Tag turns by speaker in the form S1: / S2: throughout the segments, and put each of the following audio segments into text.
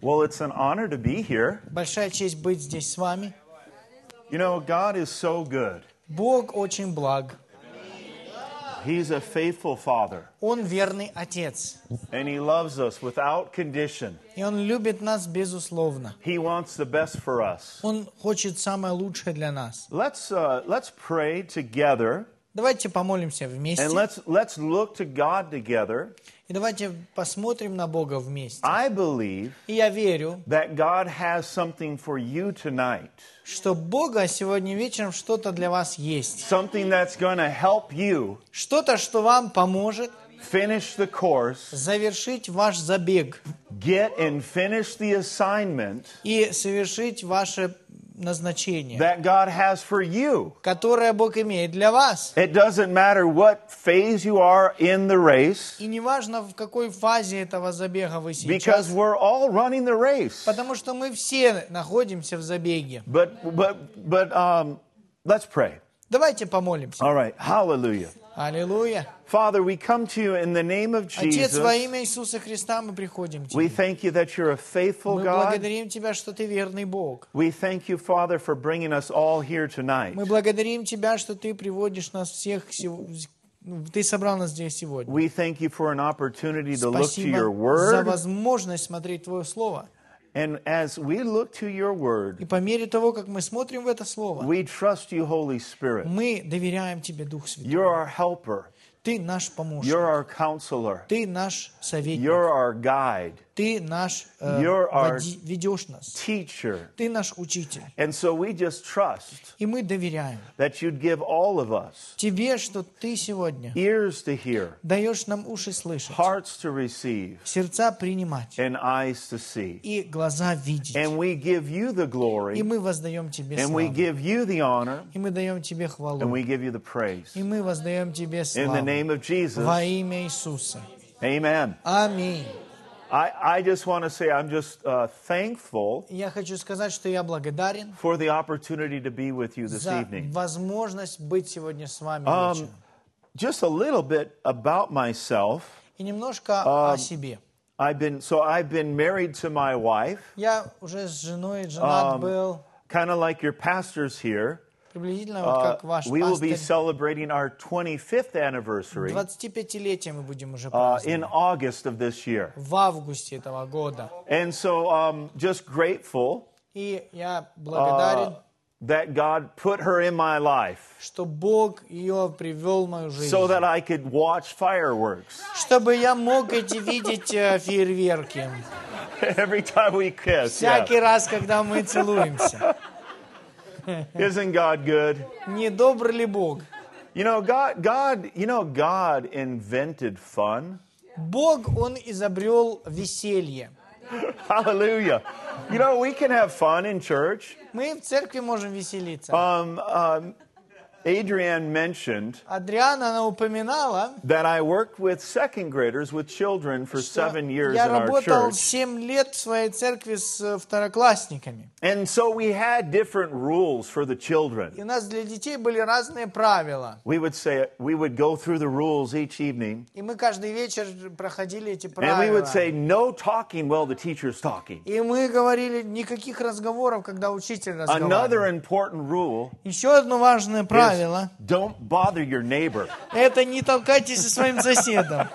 S1: Well, it's an honor to be here.
S2: Большая честь быть здесь с вами.
S1: You know, God is so good.
S2: Бог очень благ.
S1: He's a faithful Father,
S2: Он верный Отец.
S1: and He loves us without condition.
S2: И Он любит нас безусловно.
S1: He wants the best for us.
S2: Он хочет самое лучшее для нас.
S1: Let's uh, let's pray together,
S2: Давайте помолимся вместе.
S1: and let's let's look to God together.
S2: И давайте посмотрим на Бога вместе.
S1: I believe
S2: И я верю,
S1: that God has something for you tonight,
S2: что Бога сегодня вечером что-то для вас есть.
S1: something that's going to help you
S2: Что-то, что вам поможет
S1: finish the course,
S2: завершить ваш забег
S1: get and finish the assignment
S2: и совершить ваше назначение,
S1: that God has for you.
S2: которое Бог имеет для вас.
S1: It doesn't matter what phase you are in the race.
S2: И неважно, в какой фазе этого забега вы сейчас,
S1: because we're all running the race.
S2: потому что мы все находимся в забеге.
S1: But but but um, let's pray.
S2: Давайте помолимся.
S1: All right, Hallelujah,
S2: Аллилуйя.
S1: Father. We come to you in the name of
S2: Отец, во
S1: Jesus.
S2: имя Иисуса Христа мы приходим к
S1: We
S2: Тебе.
S1: thank you that you're a faithful
S2: Мы
S1: God.
S2: благодарим Тебя, что Ты верный Бог.
S1: We thank you, Father, for bringing us all here tonight.
S2: Мы благодарим Тебя, что Ты приводишь нас всех, сего- ну, Ты собрал нас здесь сегодня.
S1: We thank you for an opportunity to look to your
S2: Спасибо за
S1: Word,
S2: возможность смотреть Твое Слово.
S1: and as we look to your
S2: И
S1: Word,
S2: по мере того, как мы смотрим в это Слово,
S1: we trust you, Mm. Holy Spirit.
S2: мы доверяем Тебе, Дух Святой.
S1: You're our helper.
S2: Ты наш помощник.
S1: You're our counselor.
S2: Ты наш советник.
S1: You're our guide,
S2: Ты наш э,
S1: You're our-
S2: води- ведешь нас.
S1: teacher.
S2: Ты наш учитель.
S1: And so we just trust
S2: И мы доверяем
S1: that you'd give all of us
S2: Тебе, что Ты сегодня
S1: ears to hear,
S2: даешь нам уши слышать,
S1: hearts to receive,
S2: сердца принимать
S1: and eyes to see.
S2: и глаза видеть.
S1: And we give you the
S2: И
S1: glory,
S2: мы воздаем Тебе
S1: and we
S2: славу.
S1: give you the honor,
S2: И мы даем Тебе
S1: and
S2: хвалу.
S1: we give you the praise.
S2: И мы воздаем Тебе
S1: In the
S2: славу.
S1: name of Jesus,
S2: Во имя Иисуса.
S1: amen.
S2: Аминь.
S1: I, I just want to say I'm just uh, thankful
S2: Я хочу сказать, что я благодарен
S1: for the opportunity to be with you this
S2: за
S1: evening.
S2: возможность быть сегодня с вами
S1: Um,
S2: вечером.
S1: Just a little bit about myself.
S2: И
S1: um,
S2: немножко о себе.
S1: I've been so I've been married to my wife,
S2: Я уже с женой женат
S1: um,
S2: был,
S1: kind of like your pastors here.
S2: приблизительно вот
S1: Uh,
S2: как ваш
S1: we will be
S2: пастор.
S1: celebrating our 25th anniversary
S2: 25-летие мы будем уже
S1: uh,
S2: праздновать.
S1: in August of this year.
S2: В августе этого года.
S1: And so um, just grateful
S2: И я благодарен,
S1: uh, that God put her in my life
S2: что Бог ее привел в мою жизнь.
S1: so that I could watch fireworks
S2: чтобы я мог эти видеть э, фейерверки.
S1: every time we kiss. yeah.
S2: Всякий раз, когда мы целуемся.
S1: Isn't God good?
S2: Не добр ли Бог?
S1: You know, God, God, you know, God invented fun.
S2: Бог, Он изобрел веселье.
S1: Hallelujah. You know, we can have fun in church.
S2: Мы в церкви можем веселиться.
S1: Um, um, Adrienne mentioned
S2: Адриана, она упоминала,
S1: that I worked with second graders with children for
S2: что
S1: seven years
S2: я
S1: in our
S2: работал
S1: church.
S2: 7 лет в своей церкви с э, второклассниками.
S1: And so we had different rules for the
S2: И
S1: children.
S2: у нас для детей были разные правила.
S1: We would say, we would go through the rules each evening,
S2: И мы каждый вечер проходили эти
S1: and we would say,
S2: правила.
S1: no talking while the teacher's talking.
S2: И мы говорили никаких разговоров, когда учитель
S1: Another
S2: разговаривал.
S1: important rule
S2: Еще одно важное
S1: is
S2: правило
S1: don't bother your neighbor.
S2: – это не толкайтесь со своим соседом.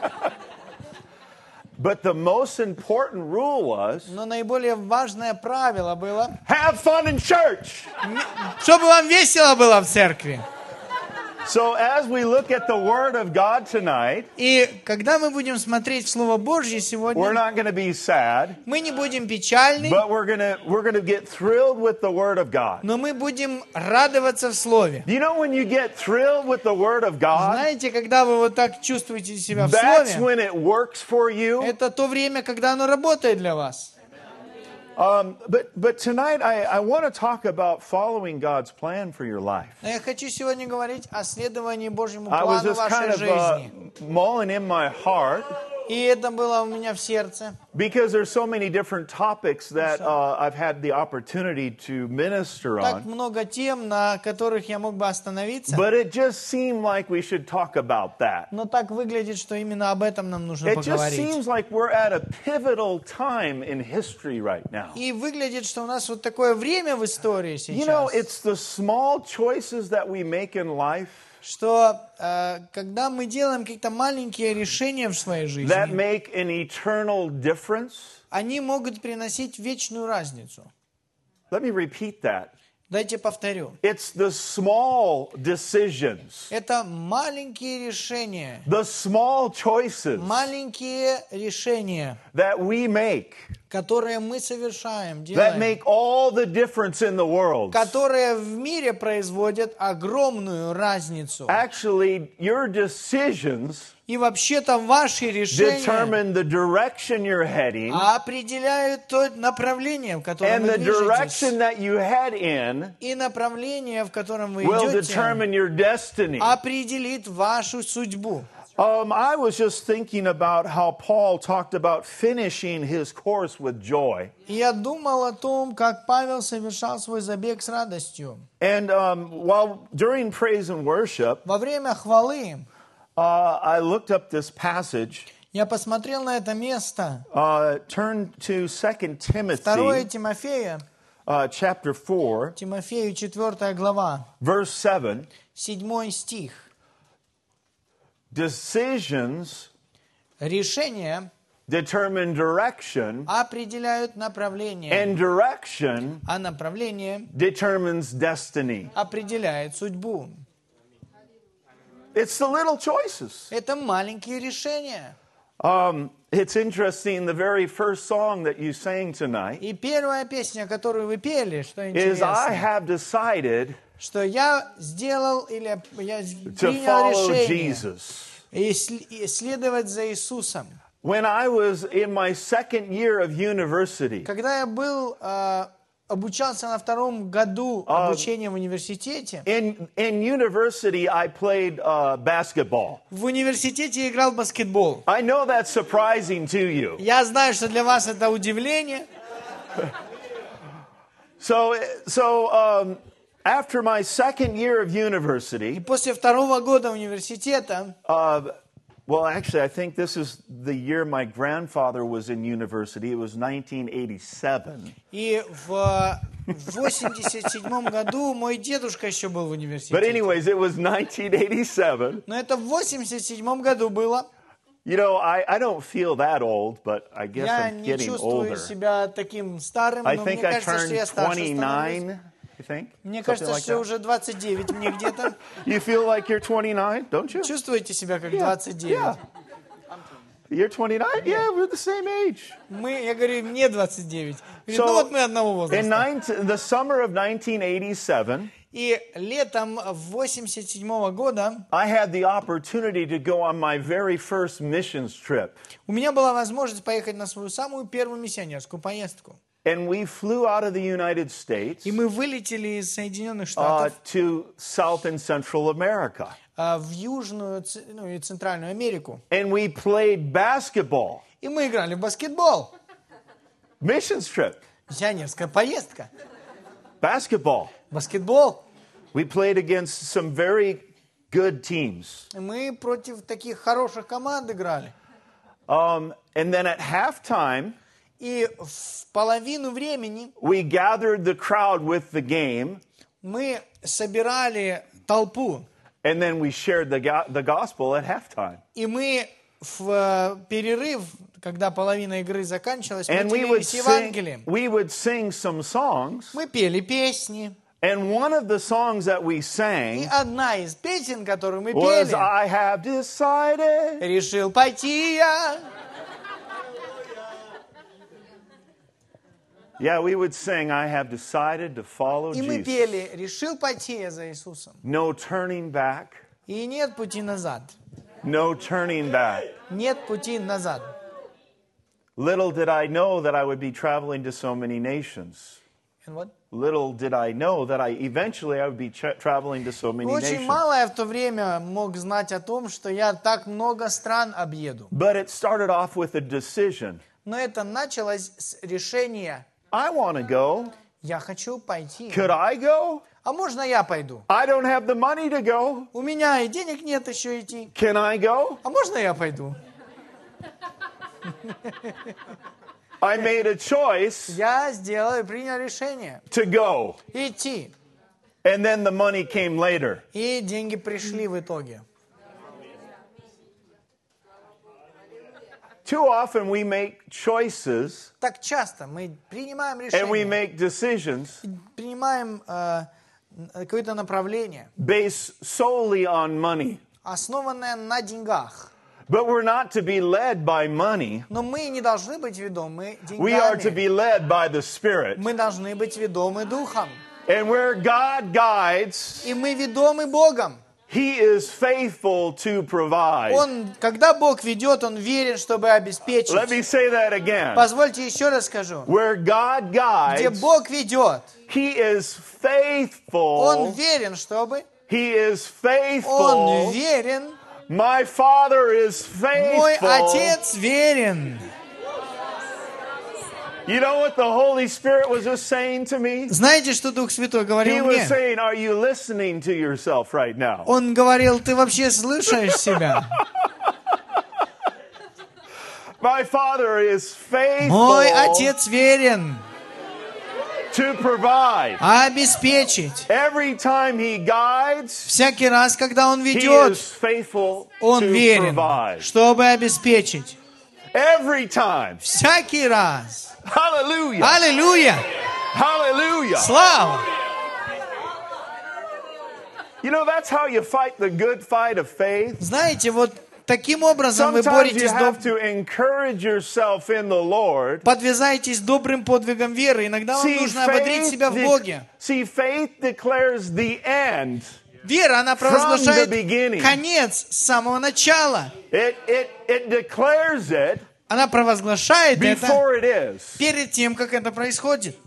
S1: But the most important rule was
S2: Но наиболее важное правило было,
S1: have fun in church.
S2: чтобы вам весело было в церкви.
S1: So as we look at the Word of God tonight,
S2: И когда мы будем смотреть в Слово Божье
S1: we're
S2: сегодня,
S1: not going to be sad,
S2: мы не будем печальны,
S1: but we're going to we're going to get thrilled with the Word of God.
S2: но мы будем радоваться в Слове.
S1: You know when you get thrilled with the Word of God,
S2: Знаете, когда вы вот так чувствуете себя в
S1: that's
S2: Слове,
S1: when it works for you.
S2: это то время, когда оно работает для вас.
S1: Um, but but tonight I, I want to talk about following God's plan for your life.
S2: Но я хочу сегодня говорить о следовании Божьему
S1: I was
S2: плану
S1: just kind
S2: вашей
S1: of uh,
S2: жизни.
S1: mulling in my heart
S2: И это было у меня в сердце,
S1: because there's so many different topics that uh, I've had the opportunity to minister
S2: так
S1: on.
S2: много тем, на которых я мог бы остановиться.
S1: But it just seemed like we should talk about that.
S2: Но так выглядит, что именно об этом нам нужно
S1: It just
S2: поговорить.
S1: seems like we're at a pivotal time in history right now.
S2: И выглядит, что у нас вот такое время в истории
S1: You know,
S2: сейчас,
S1: it's the small choices that we make in life
S2: что э, когда мы делаем какие-то маленькие решения в своей
S1: that
S2: жизни,
S1: make an eternal difference.
S2: они могут приносить вечную разницу.
S1: Let me repeat that.
S2: Дайте повторю.
S1: It's the small decisions,
S2: Это маленькие решения,
S1: the small choices
S2: маленькие решения,
S1: that we make
S2: которые мы
S1: that
S2: совершаем, делаем,
S1: make all the difference in the world.
S2: которые в мире производят огромную разницу.
S1: А Actually, your decisions
S2: И вообще-то ваши решения
S1: determine the direction you're heading,
S2: Ah, определяют то направление, в котором
S1: and
S2: вы
S1: the
S2: движетесь.
S1: direction that you head in
S2: И направление, в котором вы
S1: will
S2: идете,
S1: determine your destiny.
S2: определит вашу судьбу.
S1: Um, I was just thinking about how Paul talked about finishing his course with joy.
S2: И я думал о том, как Павел совершал свой забег с радостью.
S1: And um, while during praise and worship,
S2: Во время хвалы
S1: uh, I looked up this passage.
S2: я посмотрел на это место,
S1: Uh, turn to 2
S2: Второе
S1: Timothy
S2: Тимофея,
S1: uh, chapter 4,
S2: Тимофею 4 глава,
S1: verse 7.
S2: 7 стих.
S1: Decisions
S2: Решения
S1: determine direction,
S2: определяют направление,
S1: and direction
S2: а направление
S1: determines destiny.
S2: определяет судьбу.
S1: It's the little choices.
S2: Это маленькие решения.
S1: Um, it's interesting, the very first song that you sang tonight
S2: И первая песня, которую вы пели, что
S1: is I
S2: интересно,
S1: have decided
S2: что я сделал или я с-
S1: to
S2: принял
S1: follow
S2: решение
S1: Jesus.
S2: и сл- и следовать за Иисусом.
S1: When I was in my second year of university,
S2: Когда я был э, обучался на втором году
S1: А,
S2: обучения в университете,
S1: in, in university, I played uh, basketball.
S2: В университете я играл в баскетбол.
S1: I know that's surprising to you.
S2: Я знаю, что для вас это удивление.
S1: So, so um, after my second year of
S2: И
S1: university,
S2: после второго года университета,
S1: uh, well, actually, I think this is the year my grandfather was in university. It was 1987.
S2: и в 87 году мой дедушка еще был в
S1: But,
S2: университете.
S1: anyways, it was 1987.
S2: Но это в 87 году было.
S1: You know, I, I don't feel that old, but I guess
S2: Я
S1: I'm
S2: не
S1: getting
S2: чувствую
S1: older.
S2: себя таким старым,
S1: I
S2: но мне
S1: think I
S2: кажется, что я
S1: turned
S2: старше становлюсь.
S1: 29. You think?
S2: Мне
S1: Something
S2: кажется,
S1: like
S2: что
S1: that.
S2: уже 29 мне где-то.
S1: You feel like you're 29, don't you?
S2: Чувствуете себя как
S1: Yeah.
S2: 29?
S1: You're 29? Yeah, we're the same age.
S2: Мы, я говорю, мне 29. Говорит,
S1: So,
S2: ну вот мы одного возраста.
S1: In nine, the summer of 1987,
S2: И летом 87 года
S1: I had the opportunity to go on my very first missions trip.
S2: у меня была возможность поехать на свою самую первую миссионерскую поездку.
S1: And we flew out of the United States
S2: И мы вылетели из Соединенных
S1: uh,
S2: Штатов
S1: to South and Central America.
S2: а, в Южную Ц- ну, и Центральную Америку.
S1: And we played basketball.
S2: И мы играли в баскетбол.
S1: Missions trip,
S2: Миссионерская поездка.
S1: basketball.
S2: Баскетбол.
S1: We played against some very good teams.
S2: И Мы против таких хороших команд играли.
S1: Um, and then at halftime,
S2: И в половину времени
S1: we gathered the crowd with the game,
S2: мы собирали толпу.
S1: and then we shared the, go- the gospel at halftime.
S2: И мы в э, перерыв, когда половина игры заканчивалась, мы
S1: And we would
S2: делились
S1: sing,
S2: Евангелием.
S1: we would sing some songs,
S2: Мы пели песни.
S1: and one of the songs that we
S2: И
S1: sang
S2: одна из песен, которую мы
S1: was
S2: пели,
S1: "I Have Decided."
S2: решил пойти я.
S1: Yeah, we would sing "I Have Decided to Follow
S2: И мы
S1: Jesus."
S2: пели, решил пойти я за Иисусом.
S1: No turning back.
S2: И нет пути назад.
S1: No turning back.
S2: Нет пути назад.
S1: Little did I know that I would be traveling to so many nations.
S2: And what?
S1: Little did I know that I eventually I would be tra- traveling to so many
S2: Очень
S1: nations.
S2: мало я в то время мог знать о том, что я так много стран объеду.
S1: But it started off with a decision.
S2: Но это началось с решения
S1: I want to go.
S2: «я хочу пойти».
S1: Could I go?
S2: А можно я пойду?
S1: I don't have the money to go.
S2: У меня и денег нет еще идти.
S1: Can I go?
S2: А можно я пойду?
S1: I made a choice
S2: Я сделал и принял решение
S1: to go.
S2: идти.
S1: And then the money came later.
S2: И деньги пришли в итоге.
S1: Too often we make choices
S2: Так часто мы принимаем
S1: and we
S2: решение,
S1: make decisions
S2: принимаем э, н- какое-то направление,
S1: based solely on money.
S2: основанное на деньгах.
S1: But we're not to be led by money.
S2: Но мы не должны быть ведомы
S1: We are to
S2: деньгами.
S1: be led by the Spirit.
S2: Мы должны быть ведомы Духом.
S1: And where God guides,
S2: И мы ведомы Богом.
S1: He is faithful to provide.
S2: Он, когда Бог ведет, Он верен, чтобы
S1: Let me
S2: обеспечить.
S1: say that again.
S2: Позвольте еще раз скажу.
S1: Where God
S2: Где
S1: guides,
S2: Бог ведет,
S1: He is
S2: Он
S1: faithful.
S2: верен, чтобы...
S1: He is
S2: Он
S1: faithful.
S2: верен.
S1: My Father is
S2: Мой
S1: faithful.
S2: Отец верен.
S1: You know what the Holy Spirit was just saying to me?
S2: Знаете, что Дух Святой
S1: He
S2: говорил
S1: was
S2: мне?
S1: saying, Are you listening to yourself right now?
S2: Он говорил, ты вообще слышишь себя?
S1: My Father is
S2: Мой
S1: faithful
S2: Отец верен
S1: to provide.
S2: обеспечить.
S1: Every time He guides,
S2: Всякий раз, когда Он
S1: He
S2: ведет,
S1: is faithful
S2: Он
S1: to
S2: верен,
S1: provide.
S2: чтобы обеспечить.
S1: Every time.
S2: Всякий раз.
S1: Hallelujah.
S2: Аллилуйя!
S1: Hallelujah.
S2: Слава!
S1: You know, that's how you fight the good fight of faith.
S2: Знаете, вот таким образом вы
S1: Sometimes you
S2: боретесь, доб-
S1: have to encourage yourself in the Lord.
S2: подвязаетесь добрым подвигом веры. Иногда вам нужно ободрить себя в
S1: de-
S2: Боге.
S1: see, faith declares the end.
S2: Вера, она провозглашает
S1: beginning.
S2: конец с самого начала.
S1: It, it, it declares it
S2: Она провозглашает это
S1: before it is.
S2: перед тем, как это происходит.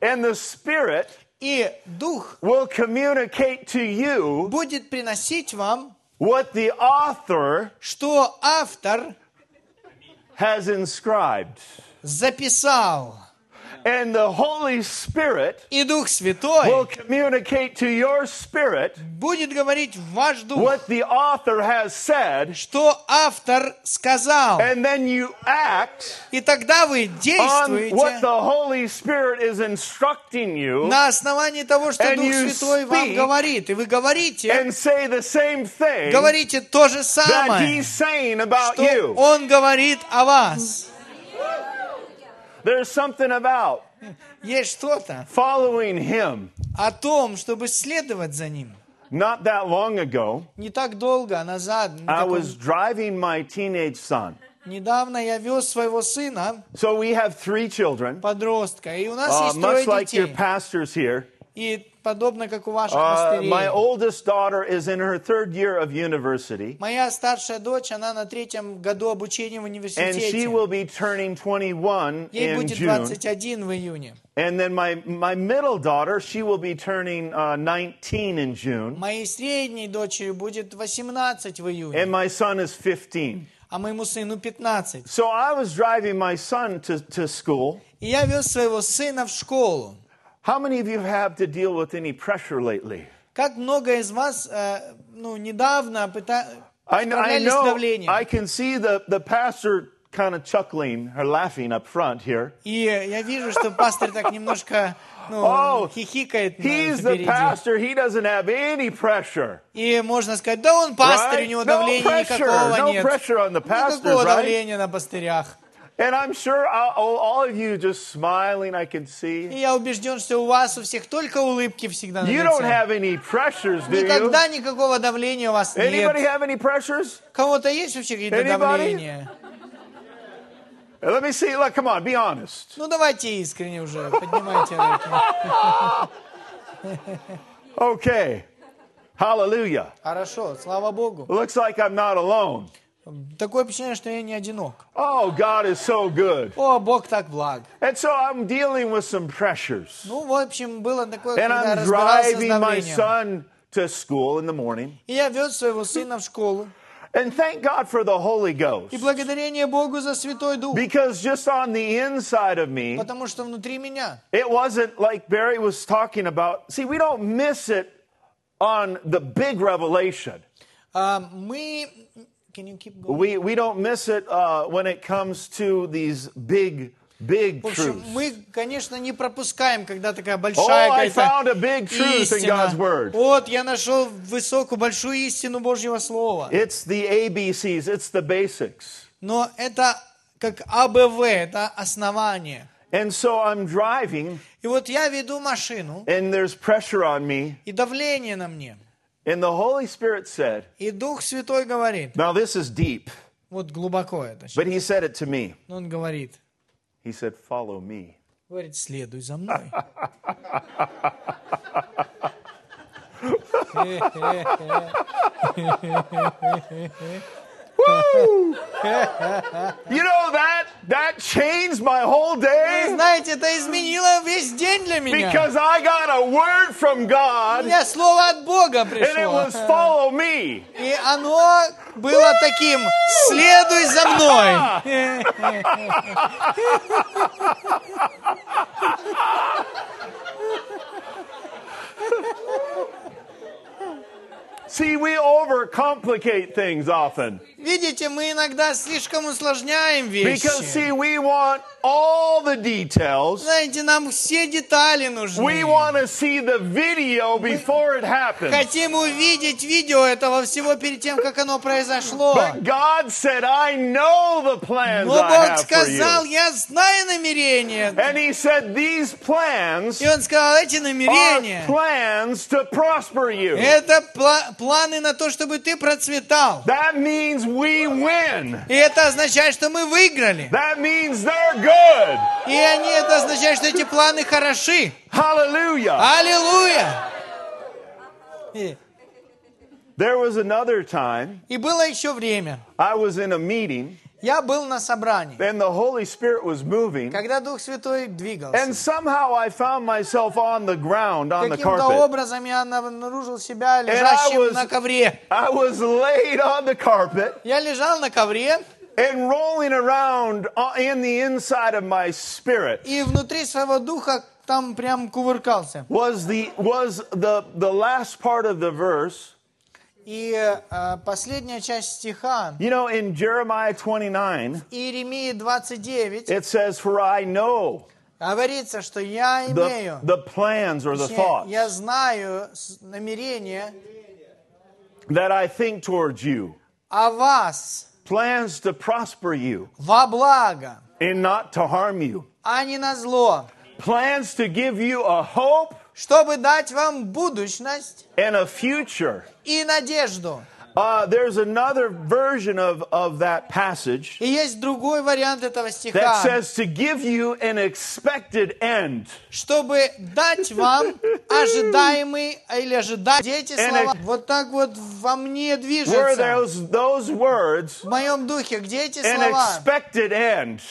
S1: And the Spirit
S2: И Дух
S1: will communicate to you
S2: будет приносить вам,
S1: what the author
S2: что автор
S1: has inscribed.
S2: записал.
S1: And the Holy Spirit
S2: И Дух
S1: will
S2: Святой
S1: communicate to your spirit
S2: будет говорить в ваш дух,
S1: what the author has said,
S2: что автор сказал.
S1: and then you act
S2: И тогда вы
S1: on what
S2: действуете
S1: the Holy Spirit is instructing you
S2: на основании того, что
S1: And
S2: Дух
S1: you
S2: Святой вам
S1: speak.
S2: говорит. И вы говорите,
S1: and say the same thing
S2: говорите то же
S1: that
S2: самое,
S1: He's saying about
S2: что
S1: you.
S2: Он говорит о вас.
S1: There's something about
S2: Есть что-то
S1: following Him.
S2: о том, чтобы следовать за ним.
S1: Not that long ago,
S2: Не так долго а назад, не
S1: I
S2: так
S1: was driving my teenage son.
S2: он- недавно я вез своего сына,
S1: So we have three children,
S2: подростка, и у нас
S1: uh,
S2: есть
S1: much
S2: трое
S1: like your
S2: детей.
S1: pastors here.
S2: И подобно как у ваших
S1: Uh,
S2: пастырей.
S1: my oldest daughter is in her third year of university,
S2: Моя старшая дочь, она на третьем году обучения в
S1: and she
S2: университете.
S1: will be turning 21
S2: Ей
S1: in
S2: будет
S1: June.
S2: 21 в июне.
S1: And then my, my middle daughter, she will be turning uh, 19 in June,
S2: Моей средней дочери будет 18 в июне,
S1: and my son is 15.
S2: а моему сыну 15.
S1: So I was driving my son to, to school.
S2: И я вез своего сына в школу.
S1: How many of you have to deal with any pressure lately?
S2: Как много из вас э, ну, недавно пыта...
S1: I, kn- I
S2: справлялись с
S1: know,
S2: давлением.
S1: I can see the, the pastor kind of chuckling or laughing up front here.
S2: И я вижу, что пастор так немножко ну,
S1: Oh,
S2: хихикает на-
S1: He's the
S2: впереди.
S1: pastor, he doesn't have any pressure.
S2: И можно сказать, да он пастырь,
S1: Right?
S2: у него
S1: No
S2: давления
S1: pressure,
S2: никакого
S1: no
S2: нет.
S1: pressure on the pastors,
S2: Никакого
S1: right?
S2: давления на пастырях.
S1: And I'm sure all, all- all of you just smiling, I can
S2: И
S1: see.
S2: я убежден, что у вас у всех только улыбки всегда на
S1: You
S2: лице.
S1: don't have any pressures, do you?
S2: Никогда никакого давления у вас
S1: Anybody
S2: нет.
S1: have any pressures?
S2: Кого-то есть вообще какие-то
S1: Anybody?
S2: давления?
S1: Let me see. Look, come on, be honest.
S2: Ну давайте искренне уже, поднимайте руки.
S1: Okay. Hallelujah.
S2: Хорошо, слава Богу.
S1: Looks like I'm not alone.
S2: Такое впечатление, что я не одинок.
S1: Oh, God is so good.
S2: О, Бог так благ.
S1: And so I'm dealing with some pressures.
S2: Ну, в общем, было такое,
S1: And
S2: когда я
S1: I'm
S2: разбирался с
S1: driving my
S2: давлением.
S1: son to school in the morning.
S2: И я вез своего сына в школу.
S1: And thank God for the Holy Ghost.
S2: И благодарение Богу за Святой Дух.
S1: Because just on the inside of me,
S2: Потому что внутри меня.
S1: it wasn't like Barry was talking about. See, we don't miss it on the big revelation.
S2: а, мы... Can you keep going?
S1: We, we don't miss it uh, when it comes to these big, big
S2: В общем,
S1: truths.
S2: мы, конечно, не пропускаем, когда такая большая
S1: Oh, I found a
S2: какая-то
S1: big truth in God's
S2: истина.
S1: Word.
S2: Вот, я нашел высокую, большую истину Божьего Слова.
S1: It's the ABCs, it's the basics.
S2: Но это как АБВ, это основание.
S1: And so I'm driving,
S2: И вот я веду машину,
S1: and there's pressure on me,
S2: и давление на мне.
S1: and the Holy Spirit said,
S2: И Дух Святой говорит,
S1: Now this is deep,
S2: вот глубоко это,
S1: but He said it to me.
S2: но он говорит,
S1: He said, Follow me.
S2: говорит, следуй за мной.
S1: Woo! you know that that changed my whole
S2: Вы
S1: day
S2: знаете, это изменило весь день для меня.
S1: because I got a word from
S2: У
S1: God and
S2: меня слово от Бога
S1: it
S2: пришло.
S1: was follow me.
S2: И оно было таким, следуй за мной.
S1: See, we overcomplicate things often
S2: Видите, мы иногда слишком усложняем
S1: because
S2: вещи.
S1: see, we want all the details.
S2: Знаете, нам все детали нужны.
S1: We want to see the video before it happens.
S2: Хотим увидеть видео этого всего перед тем, как оно произошло.
S1: But God said, "I know the plans
S2: Но
S1: I
S2: Бог
S1: have for
S2: сказал,
S1: you."
S2: я знаю намерения.
S1: And He said, "These plans
S2: И он сказал, эти
S1: are
S2: намерения,
S1: plans to prosper you."
S2: это пла- планы на то, чтобы ты процветал.
S1: That means we win.
S2: И это означает, что мы выиграли.
S1: That means they're good.
S2: И они, это означает, что эти планы хороши.
S1: Hallelujah.
S2: Аллилуйя! И,
S1: There was another time
S2: и было еще время.
S1: I was in a meeting
S2: Я был на собрании,
S1: and the Holy Spirit was moving,
S2: когда Дух Святой двигался.
S1: and somehow I found myself on the ground on the
S2: Каким-то
S1: carpet.
S2: образом я обнаружил себя лежащим
S1: was-
S2: на ковре.
S1: I was laid on the carpet
S2: Я лежал на ковре,
S1: and rolling around uh, in the inside of my spirit
S2: и внутри своего духа там прям кувыркался.
S1: was the was the the last part of the verse.
S2: И э, последняя часть стиха,
S1: You know, in Jeremiah 29,
S2: Иеремии 29,
S1: it says, "For I know
S2: говорится, что я
S1: the,
S2: имею,
S1: the plans or the
S2: точнее,
S1: thoughts
S2: я знаю с- намерение
S1: that I think towards you,
S2: о вас
S1: plans to prosper you
S2: во благо,
S1: and not to harm you,
S2: а не на зло,
S1: plans to give you a hope
S2: чтобы дать вам будущность
S1: and a future.
S2: и надежду.
S1: Uh, there's another version of, of that passage
S2: И есть другой вариант этого стиха,
S1: that says to give you an expected end.
S2: чтобы дать вам ожидаемый или ожидать дети
S1: And
S2: слова.
S1: ex-
S2: Вот так вот во
S1: Were
S2: мне движется.
S1: those those words
S2: В моем духе, где эти
S1: an
S2: слова?
S1: expected end?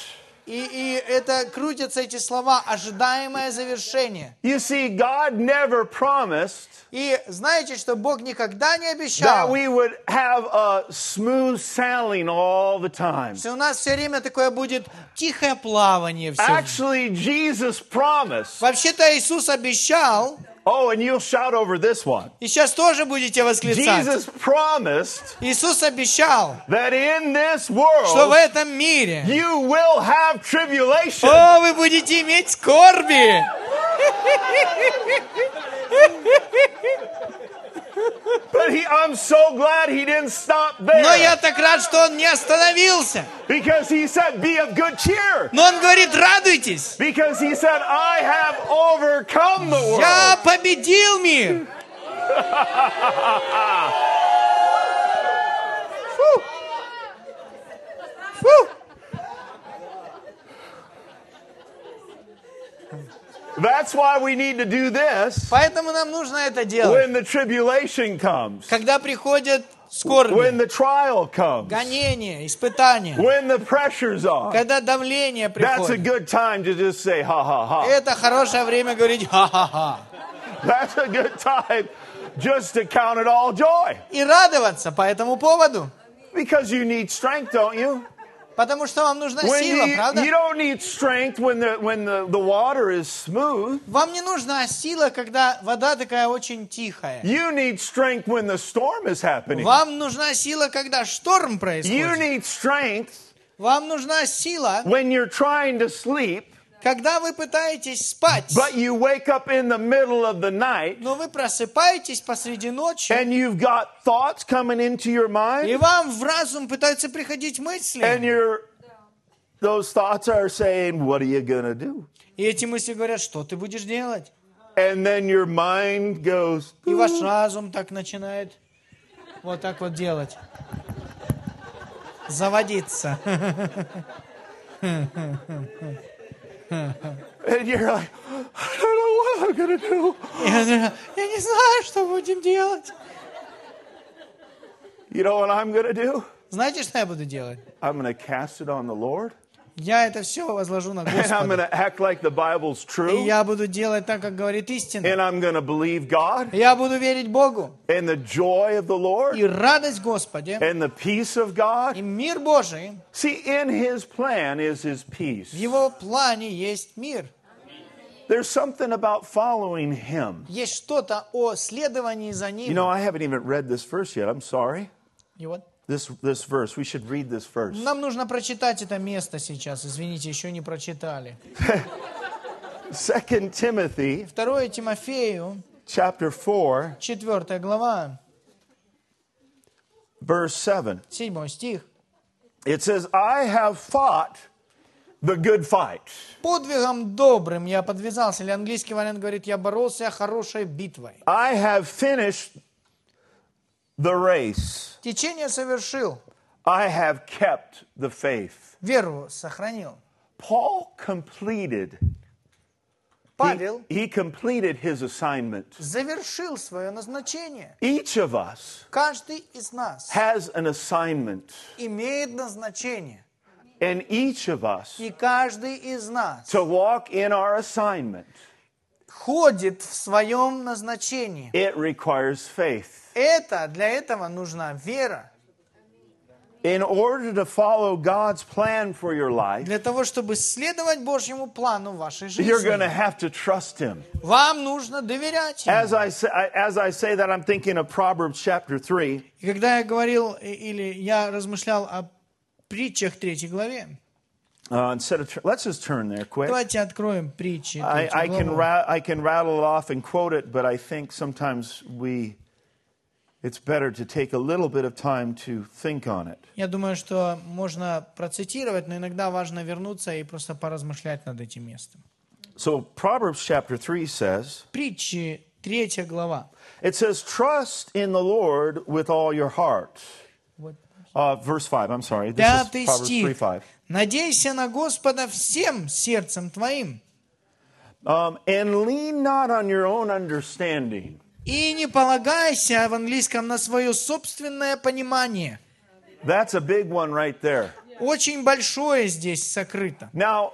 S2: И, и это крутятся эти слова, ожидаемое завершение.
S1: You see, God never promised
S2: И знаете, что Бог никогда не
S1: that
S2: обещал,
S1: we would have a smooth sailing all the time.
S2: что у нас все время такое будет тихое плавание. Все.
S1: Actually, Jesus promised.
S2: Вообще-то Иисус обещал,
S1: Oh, and you'll shout over this one.
S2: и сейчас тоже будете восклицать.
S1: Jesus promised
S2: Иисус обещал,
S1: that in this
S2: что в
S1: world
S2: этом мире
S1: you will have tribulation.
S2: о, вы будете иметь скорби.
S1: But he, I'm so glad he didn't stop
S2: Но я
S1: there
S2: так рад, что он не остановился.
S1: because he said, Be of good cheer.
S2: Но он говорит, радуйтесь.
S1: Because he said, I have overcome the
S2: Я
S1: world.
S2: победил мир.
S1: Whew. Whew. That's why we need to do this
S2: Поэтому нам нужно это делать.
S1: when the tribulation comes.
S2: Когда приходит
S1: When
S2: скорби,
S1: the trial comes,
S2: гонения, испытания,
S1: when the pressure's on,
S2: когда давление
S1: that's a
S2: приходит.
S1: good time to just say, ha ha ha.
S2: Это хорошее время говорить «ха-ха-ха».
S1: That's a good time just to count it all joy.
S2: И радоваться по этому поводу.
S1: Because you need strength, don't you?
S2: Потому что вам нужна
S1: When
S2: сила,
S1: you,
S2: правда?
S1: you don't need strength when the when the, the water is smooth.
S2: Вам не нужна сила, когда вода такая очень тихая.
S1: You need strength when the storm is happening.
S2: Вам нужна сила, когда шторм
S1: You
S2: происходит.
S1: need strength
S2: Вам нужна сила,
S1: when you're trying to sleep,
S2: когда вы пытаетесь спать,
S1: but you wake up in the middle of the night
S2: но вы просыпаетесь посреди ночи,
S1: and you've got thoughts coming into your
S2: и
S1: mind
S2: вам в разум пытаются приходить
S1: and
S2: мысли.
S1: you're those thoughts are saying, "What are you going to do?"
S2: И эти мысли говорят, что ты будешь делать?
S1: And then your mind goes,
S2: И ваш разум так начинает вот так вот делать. Заводиться.
S1: and you're like, "I don't know what I'm going to do."
S2: Я говорю, «Я не знаю, что будем делать.
S1: You know what I'm going to do?
S2: Знаете, что я буду делать?
S1: I'm going to cast it on the Lord.
S2: Я это все возложу на
S1: and I'm going
S2: Господа.
S1: to act like the Bible's
S2: И
S1: true,
S2: я буду делать так, как говорит истина.
S1: and I'm going to believe God,
S2: Я буду верить Богу.
S1: and the joy of the Lord,
S2: И радость Господи,
S1: and the peace of
S2: и
S1: God.
S2: мир Божий.
S1: See, in His plan is His peace.
S2: В Его плане есть мир.
S1: There's something about following Him.
S2: Есть что-то о следовании за Ним.
S1: You know, I haven't even read this verse yet. I'm sorry.
S2: И вот
S1: This this verse. We should read this verse.
S2: Нам нужно прочитать это место сейчас. Извините, еще не прочитали.
S1: Second Timothy
S2: 2 Тимофею,
S1: chapter four,
S2: 4 глава,
S1: verse seven.
S2: 7 стих.
S1: It says, "I have fought the good fight."
S2: «Подвигом добрым я подвязался». Или английский вариант говорит, «Я боролся хорошей битвой».
S1: I have finished the race.
S2: Течение совершил,
S1: I have kept the faith.
S2: веру сохранил.
S1: Paul completed. He,
S2: Павел
S1: he completed his assignment.
S2: завершил свое назначение.
S1: Each of us
S2: Каждый из нас
S1: has an assignment,
S2: имеет назначение.
S1: and each of us
S2: И каждый из нас
S1: to walk in our assignment,
S2: ходит в своем назначении.
S1: it requires faith.
S2: Это, для этого нужна вера.
S1: In order to follow God's plan for your life,
S2: Для того, чтобы следовать Божьему плану в вашей
S1: you're going to
S2: жизни,
S1: have to trust Him.
S2: вам нужно доверять Ему.
S1: As I, say, as I say that, I'm thinking of Proverbs chapter 3.
S2: И когда я говорил, и- или я размышлял о притчах третьей главе,
S1: Uh, instead of tur- let's just turn there quick.
S2: давайте откроем притчи
S1: I, I
S2: третью
S1: can
S2: главу.
S1: ra- I can rattle it off and quote it, but I think sometimes we it's better to take a little bit of time to think on it.
S2: Я думаю, что можно процитировать, но иногда важно вернуться и просто поразмышлять над этим местом.
S1: So Proverbs chapter three says,
S2: Притчи третья глава.
S1: it says, "Trust in the Lord with all your heart."
S2: Вот.
S1: Uh, verse five. I'm sorry. This
S2: Пятый
S1: is Proverbs three
S2: стих.
S1: five.
S2: «Надейся на Господа всем сердцем твоим,
S1: Um, and lean not on your own understanding.
S2: и не полагайся в английском на свое собственное понимание».
S1: That's a big one right there.
S2: Очень большое здесь сокрыто.
S1: Now,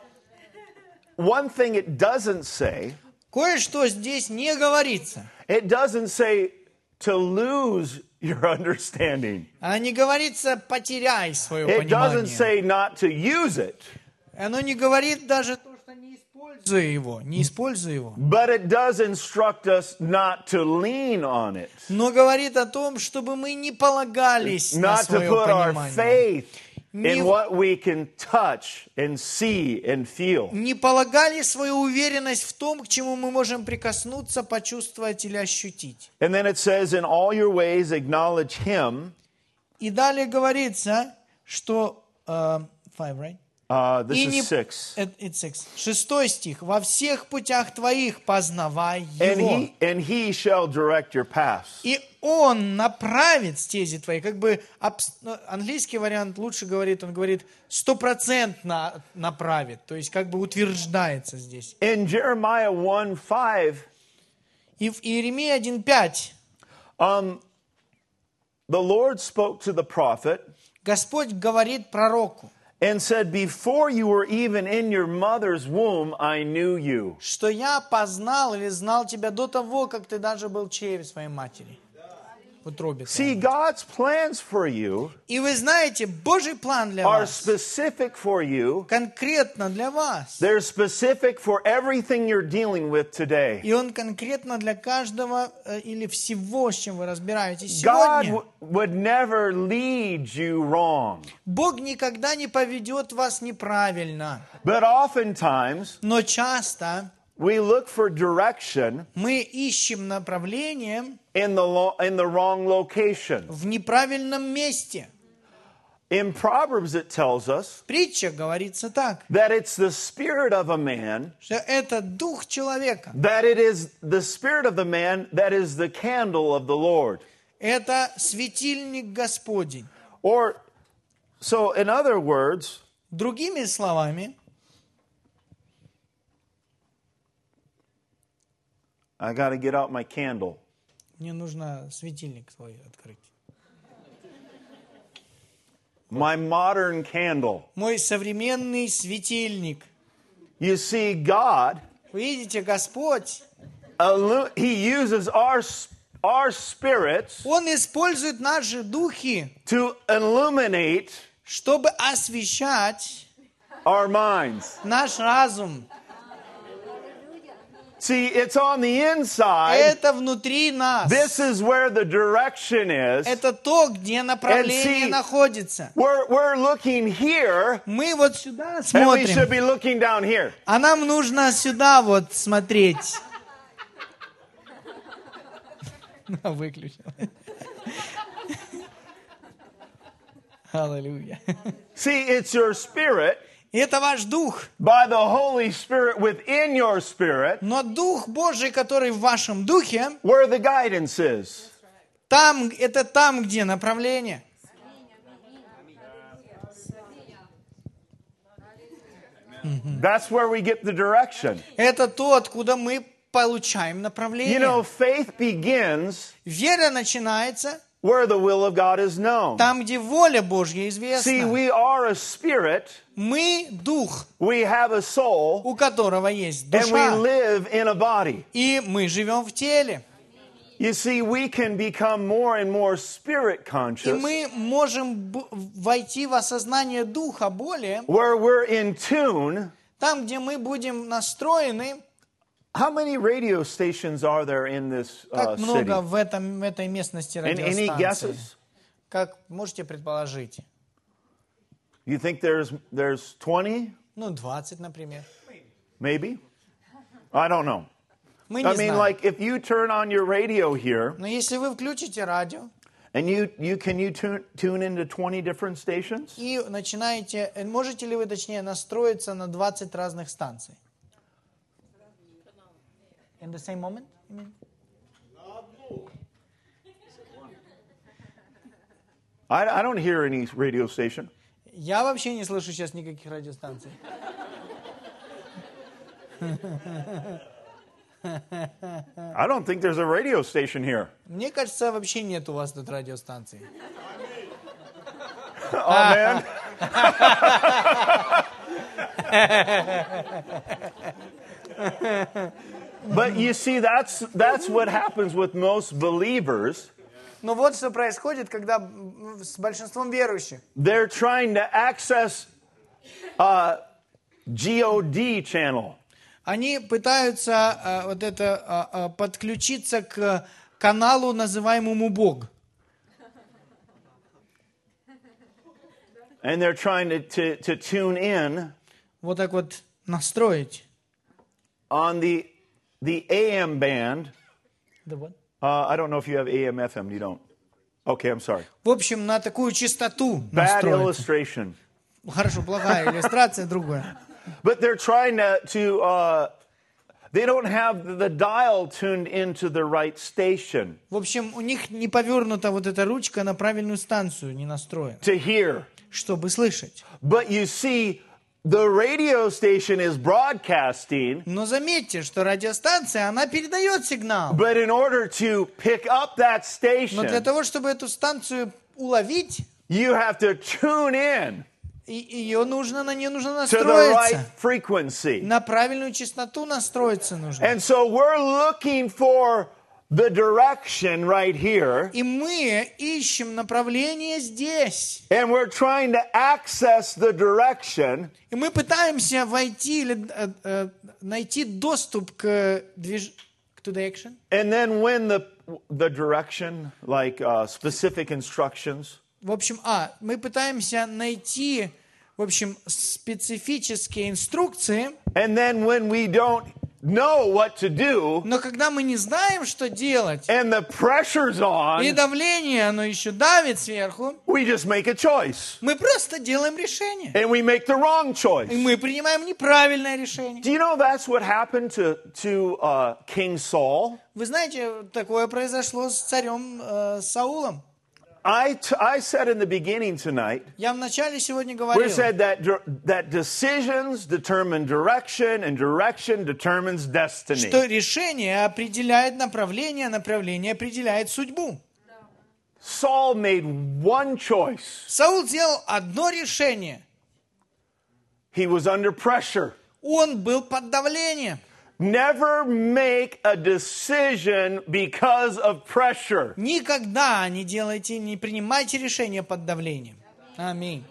S1: one thing it doesn't say.
S2: Кое-что здесь не говорится.
S1: It doesn't say to lose your understanding.
S2: А не говорится «потеряй свое
S1: It doesn't
S2: понимание».
S1: say not to use it,
S2: Оно не говорит даже то, что не используй его, не используй его.
S1: but it does instruct us not to lean on it,
S2: Но говорит о том, чтобы мы не полагались на
S1: not to
S2: свое
S1: put our
S2: понимание.
S1: faith in what we can touch and see and feel.
S2: Не полагали свою уверенность в том, к чему мы можем прикоснуться, почувствовать или ощутить.
S1: And then it says, In all your ways acknowledge him.
S2: И далее говорится, что... э, five, right?
S1: Uh, this
S2: И не-
S1: is six.
S2: It- it's six. Шестой стих. Во всех путях твоих познавай
S1: And
S2: его.
S1: he, and he shall direct your paths.
S2: И он направит стези твои. Как бы абс- ну, английский вариант лучше говорит, он говорит стопроцентно направит. То есть как бы утверждается здесь.
S1: In Jeremiah 1 5,
S2: И в Иеремии 1.5
S1: Um, The Lord spoke to the prophet
S2: Господь говорит пророку,
S1: and said, Before you were even in your mother's womb, I knew you.
S2: что я познал или знал тебя до того, как ты даже был в чреве своей матери. В утробе
S1: See,
S2: твоей.
S1: God's plans for you
S2: И вы знаете, Божий план для
S1: are
S2: вас,
S1: specific for you.
S2: конкретно для вас,
S1: They're specific for everything you're dealing with today.
S2: и он конкретно для каждого э, или всего, с чем вы разбираетесь
S1: God
S2: сегодня.
S1: w- would never lead you wrong.
S2: Бог никогда не поведет вас неправильно.
S1: But oftentimes,
S2: Но часто
S1: we look for direction
S2: мы ищем направление
S1: in the, lo- in the wrong location.
S2: в неправильном месте.
S1: In Proverbs, it tells us
S2: Притча говорится так,
S1: that it's the spirit of a man,
S2: что это дух человека.
S1: that it is the spirit of the man that is the candle of the Lord.
S2: Это светильник Господень.
S1: Or, so in other words,
S2: Другими словами,
S1: I got to get out my candle.
S2: мне нужно светильник свой открыть.
S1: My modern candle.
S2: Мой современный светильник.
S1: You see, God,
S2: Вы Видите, Господь,
S1: illu- He uses our, s- our spirits
S2: Он использует наши духи,
S1: to illuminate
S2: чтобы освещать
S1: our minds.
S2: наш разум.
S1: See, it's on the inside.
S2: Это внутри нас.
S1: This is where the direction is.
S2: Это то, где направление
S1: And see-
S2: находится.
S1: We're, we're looking here,
S2: Мы вот сюда
S1: and we should
S2: смотрим,
S1: be looking down here.
S2: а нам нужно сюда вот смотреть. Она выключила. Аллилуйя.
S1: See, it's your spirit
S2: И Это ваш дух,
S1: by the Holy Spirit within your spirit
S2: но дух Божий, который в вашем духе,
S1: where the guidance is.
S2: там, это там, где направление.
S1: That's where we get the direction.
S2: Это то, откуда мы получаем
S1: You know,
S2: направление.
S1: faith begins
S2: Вера начинается
S1: where the will of God is known.
S2: там, где воля Божья
S1: See,
S2: известна.
S1: we are a spirit,
S2: Мы дух,
S1: we have a soul,
S2: у которого есть
S1: and we
S2: душа,
S1: live in a body.
S2: и мы живем в теле.
S1: You see, we can become more and more spirit
S2: И
S1: conscious
S2: мы можем б- войти в осознание духа более,
S1: where we're in tune.
S2: там, где мы будем настроены,
S1: How many radio stations are there in this uh,
S2: как
S1: city?
S2: много в, этом, в этой местности
S1: And any
S2: радиостанций.
S1: guesses?
S2: Как можете предположить?
S1: You think there's there's 20,
S2: Ну, 20, например.
S1: maybe? I don't know.
S2: Мы не
S1: I mean,
S2: знаем.
S1: like if you turn on your radio here,
S2: Но если вы включите радио
S1: And you, you can you tune, tune into 20 different stations?
S2: и начинаете, э, можете ли вы, точнее, настроиться на 20 разных станций? In the same moment? you mean?
S1: I, I don't hear any radio station.
S2: Я вообще не слышу сейчас никаких радиостанций.
S1: I don't think there's a radio station here.
S2: Мне кажется, вообще нет у вас тут радиостанции.
S1: Oh, man. but you see, that's, that's what happens with most believers.
S2: Но вот что происходит, когда м, с большинством верующих.
S1: They're trying to access uh, GOD channel.
S2: Они пытаются э, вот это а, а, подключиться к каналу, называемому Бог.
S1: And they're trying to, to, to tune in
S2: Вот так вот настроить.
S1: on the, the AM band Uh, I don't know if you have AM, FM. You don't. Okay, I'm sorry.
S2: В общем, на такую чистоту
S1: Bad
S2: настроить.
S1: illustration.
S2: Хорошо, плохая иллюстрация, другая.
S1: But they're trying to. to uh, they don't have the dial tuned into the right station
S2: В общем, у них не повернута вот эта ручка на правильную станцию, не настроена,
S1: to hear.
S2: чтобы слышать.
S1: But you see, The radio station is broadcasting,
S2: Но заметьте, что радиостанция, она передает сигнал.
S1: but in order to pick up that
S2: Но для
S1: station,
S2: того, чтобы эту станцию уловить,
S1: you have to tune in
S2: и- ее нужно, на нее нужно
S1: to the right
S2: настроиться.
S1: frequency.
S2: На правильную частоту настроиться нужно.
S1: And so we're looking for the direction right here,
S2: И мы ищем направление здесь.
S1: and we're trying to access the direction
S2: И мы пытаемся войти или э, э, найти доступ к движ... к to the action.
S1: And then when the the direction, like uh, specific instructions,
S2: В общем, а, мы пытаемся найти, в общем, специфические инструкции,
S1: and then when we don't know what to do,
S2: но когда мы не знаем, что делать,
S1: and the pressure's
S2: и
S1: on,
S2: давление, оно еще давит сверху,
S1: we just make a choice,
S2: мы просто делаем решение.
S1: and we make the wrong
S2: И
S1: choice.
S2: мы принимаем неправильное решение.
S1: Do you know that's what happened to to uh, King Saul?
S2: Вы знаете, такое произошло с царем э, Саулом.
S1: I t- I said in the beginning tonight.
S2: Я вначале сегодня
S1: We
S2: говорил,
S1: said that dir- that decisions determine direction, and direction determines destiny.
S2: что решение определяет направление, направление определяет судьбу.
S1: Saul made one choice.
S2: Саул сделал одно решение.
S1: He was under pressure.
S2: Он был под давлением.
S1: Never make a decision because of pressure.
S2: Никогда не делайте, не принимайте решения под давлением. Аминь.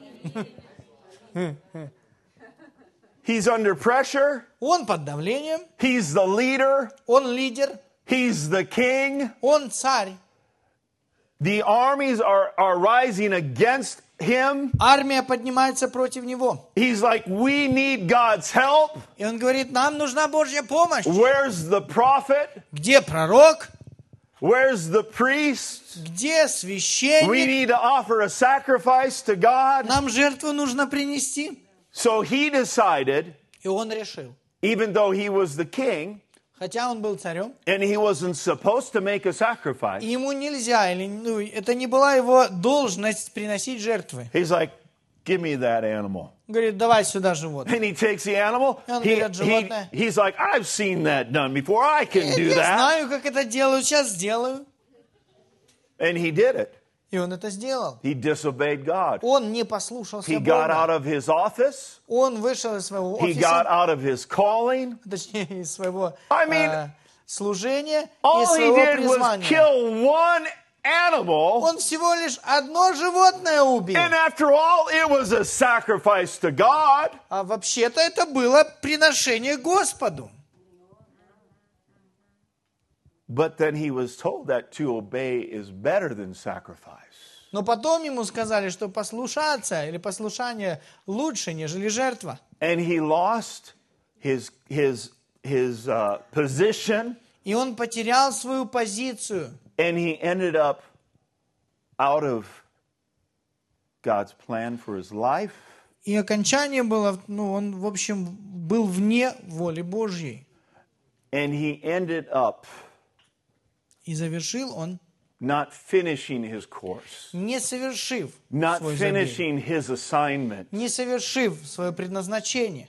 S1: He's under pressure.
S2: Он под давлением,
S1: He's the leader.
S2: он лидер,
S1: He's the king.
S2: он царь.
S1: The armies are, are rising against him.
S2: Армия поднимается против него.
S1: He's like, We need God's help.
S2: И он говорит, нам нужна Божья помощь.
S1: Where's the prophet?
S2: Где пророк?
S1: Where's the priest?
S2: Где
S1: We
S2: священник?
S1: need to offer a sacrifice to God.
S2: Нам жертву нужно принести.
S1: So he decided,
S2: И он решил.
S1: even though he was the king
S2: Хотя он был царем,
S1: and he wasn't supposed to make a sacrifice,
S2: и ему нельзя, или ну, это не была его должность приносить жертвы.
S1: He's like, give me that animal.
S2: Он говорит, давай сюда животное.
S1: And he takes the animal.
S2: Он
S1: He,
S2: берет
S1: he-
S2: животное.
S1: he's like, I've seen that done before. I can do
S2: Я
S1: that.
S2: знаю, как это делаю, сейчас сделаю.
S1: And he did it.
S2: И он это сделал.
S1: He disobeyed God.
S2: Он не послушался
S1: He got out
S2: Бога.
S1: of his office.
S2: Он вышел из своего
S1: He got
S2: офиса,
S1: out of his calling.
S2: точнее, из своего
S1: I mean,
S2: э, служения и
S1: All he
S2: своего
S1: did was
S2: призвания.
S1: kill one animal.
S2: Он всего лишь одно животное убил.
S1: And after all, it was a sacrifice to God.
S2: А вообще-то это было приношение Господу.
S1: But then he was told that to obey is better than sacrifice.
S2: Но потом ему сказали, что послушаться или послушание лучше, нежели жертва.
S1: And he lost his, his, his uh, position.
S2: И он потерял свою позицию.
S1: And he ended up out of God's plan for his life.
S2: И окончание было, ну, он, в общем, был вне воли Божьей.
S1: And he ended up
S2: И завершил он,
S1: not finishing his course,
S2: не совершив
S1: not
S2: свой забег,
S1: finishing his assignment.
S2: не совершив свое предназначение.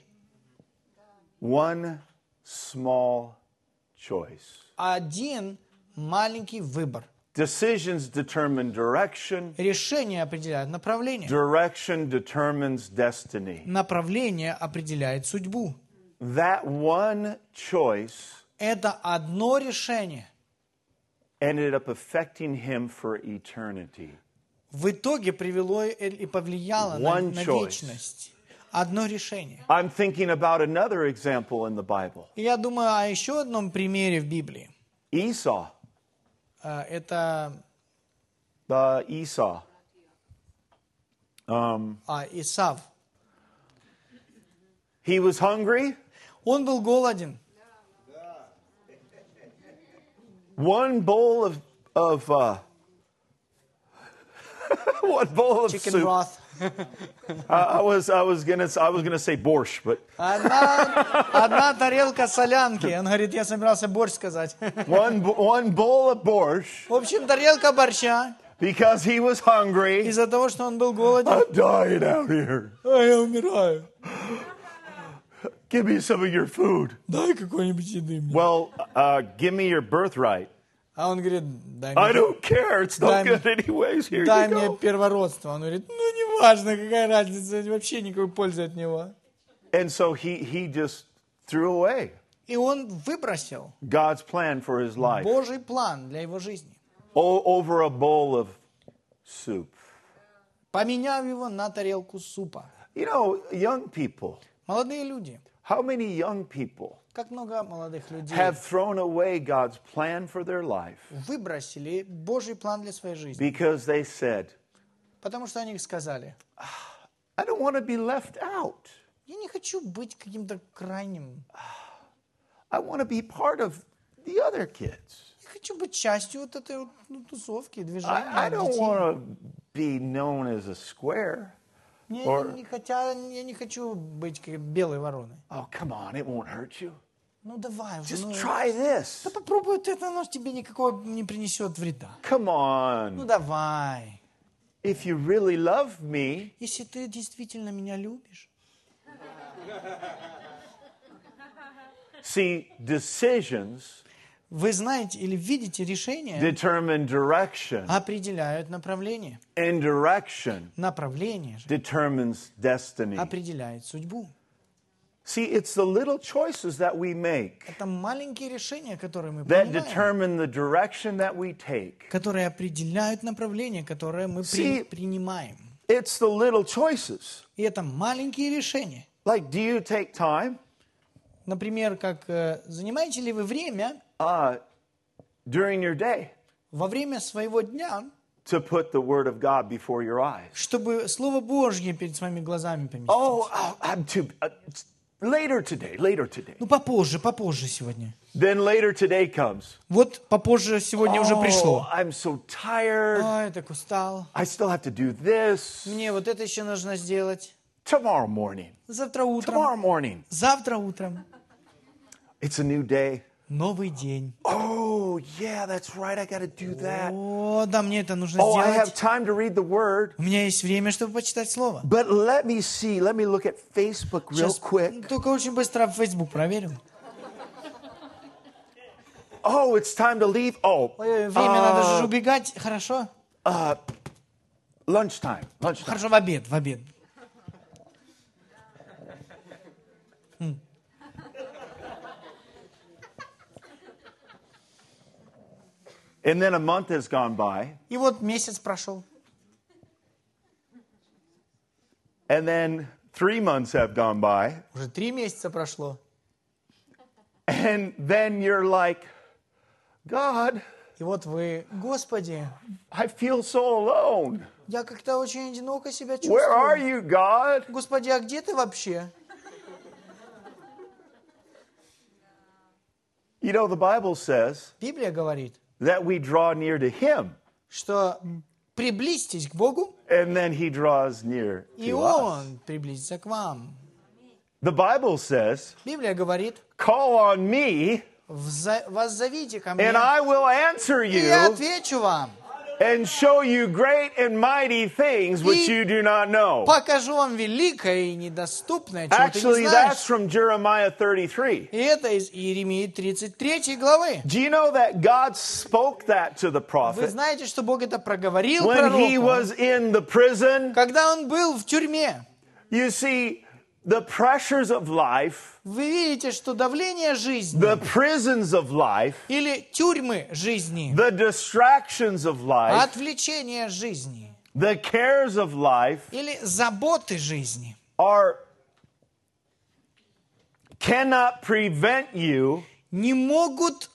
S1: One small choice.
S2: Один маленький выбор.
S1: Decisions determine direction,
S2: Решение определяет направление.
S1: direction determines destiny.
S2: Направление определяет судьбу.
S1: That one choice
S2: Это одно решение
S1: ended up affecting him for eternity.
S2: в итоге привело и- и повлияло на,
S1: One
S2: на
S1: choice.
S2: вечность. Одно решение.
S1: I'm thinking about another example in the Bible
S2: И я думаю о еще одном примере в Библии.
S1: Esau.
S2: А, Это
S1: the Esau.
S2: а, Исав.
S1: He was hungry.
S2: Он был голоден.
S1: One bowl of of uh, one bowl of
S2: Chicken
S1: soup.
S2: broth.
S1: I, I was I was gonna I was gonna say borscht, but
S2: Одна, одна тарелка солянки. Он говорит, я собирался борщ сказать.
S1: one bo- one bowl of borscht
S2: В общем, тарелка борща.
S1: because he was hungry.
S2: Из-за того, что он был голоден.
S1: I'm dying out here.
S2: А я умираю.
S1: Give me some of your food.
S2: Дай какой-нибудь еды мне.
S1: Well, uh, give me your birthright.
S2: А он говорит, дай
S1: I
S2: мне,
S1: don't care. It's
S2: Дай
S1: not
S2: мне-
S1: good anyways. Here
S2: дай
S1: you
S2: мне
S1: go.
S2: первородство. Он говорит, ну неважно, какая разница, вообще никакой пользы от него.
S1: And so he, he just threw away
S2: И он выбросил
S1: God's plan for his life
S2: Божий план для его жизни,
S1: o- over a bowl of soup.
S2: поменяв его на тарелку супа.
S1: You know, young people,
S2: Молодые люди,
S1: how many young people
S2: как много молодых людей
S1: have thrown away God's plan for their life
S2: выбросили Божий план для своей жизни,
S1: because they said,
S2: потому что они сказали,
S1: I don't want to be left out.
S2: я не хочу быть каким-то крайним,
S1: I want to be part of the other kids.
S2: я хочу быть частью вот этой вот, ну, тусовки, движения
S1: I, I don't
S2: детей.
S1: want to be known as a square.
S2: Не,
S1: Or-
S2: не хотя, я не хочу быть как белой вороной.
S1: Oh, come on, it won't hurt you.
S2: Ну давай уже,
S1: Just
S2: ну,
S1: try this.
S2: да попробуй вот это, оно ж тебе никакого не принесет вреда.
S1: Come
S2: Ну
S1: on.
S2: давай.
S1: If you really love me,
S2: Если ты действительно меня любишь.
S1: see, decisions
S2: Вы знаете или видите решения
S1: determine direction,
S2: определяют направление.
S1: and direction
S2: Направление же
S1: determines destiny.
S2: определяет судьбу.
S1: See, it's the little choices that we make
S2: Это маленькие решения, которые мы
S1: that
S2: принимаем,
S1: determine the direction that we take.
S2: которые определяют направление, которое мы при-
S1: See-
S2: принимаем.
S1: It's the little choices.
S2: И это маленькие решения.
S1: Like, do you take time
S2: Например, как э, занимаете ли вы время
S1: uh, during your day
S2: во время своего дня,
S1: to put the Word of God before your eyes?
S2: чтобы Слово Божье перед своими глазами поместить.
S1: Oh, oh, I'm too. Uh, it's later today, later today.
S2: Ну, попозже, попозже сегодня.
S1: Then later today comes.
S2: Вот попозже сегодня уже
S1: Oh,
S2: пришло. Oh.
S1: I'm so tired.
S2: Ой, так устал.
S1: I still have to do this
S2: Мне вот это еще нужно сделать.
S1: tomorrow morning.
S2: Завтра утром.
S1: Tomorrow morning.
S2: Завтра утром.
S1: It's a new day.
S2: Новый день.
S1: Oh, yeah, that's right. I got to do that.
S2: О, да, мне это нужно
S1: Oh, I have
S2: сделать.
S1: time to read the word.
S2: У меня есть время, чтобы почитать слово.
S1: But let me see. Let me look at Facebook real
S2: Сейчас
S1: quick.
S2: Ну, только очень быстро в Facebook проверил.
S1: Oh, it's time to leave. Oh,
S2: Э, Время надо
S1: uh,
S2: же убегать. Хорошо?
S1: uh, lunchtime. Lunchtime.
S2: Хорошо, в обед, в обед.
S1: And then a month has gone by.
S2: И вот месяц прошел.
S1: And then three months have gone by.
S2: Уже три месяца прошло.
S1: And then you're like, God,
S2: И вот вы, Господи,
S1: I feel so alone.
S2: я как-то очень одиноко себя чувствую.
S1: Where are you, God?
S2: Господи, а где ты вообще?
S1: You know, the Bible says
S2: Библия говорит,
S1: that we draw near to Him,
S2: что приблизьтесь к Богу,
S1: and then He draws near
S2: и
S1: to us.
S2: Он приблизится к вам.
S1: The Bible says,
S2: Библия говорит,
S1: Call on me,
S2: «Вза- воззовите ко мне,
S1: and I will answer
S2: и
S1: you
S2: я отвечу вам,
S1: and show you great and mighty things which
S2: И-
S1: you do not know.
S2: покажу вам великое и недоступное, чего ты
S1: Actually,
S2: не знаешь».
S1: that's from Jeremiah 33.
S2: И это из Иеремии 33 главы.
S1: Do you know that God spoke that to the
S2: Вы
S1: prophet
S2: знаете, что Бог это проговорил
S1: when he
S2: пророку,
S1: was in the prison?
S2: когда он был в тюрьме.
S1: You see, the pressures of life,
S2: Вы видите, что давление жизни
S1: the prisons of life,
S2: или тюрьмы жизни,
S1: the distractions of life,
S2: отвлечение жизни
S1: the cares of life
S2: или заботы жизни
S1: are cannot prevent you
S2: не могут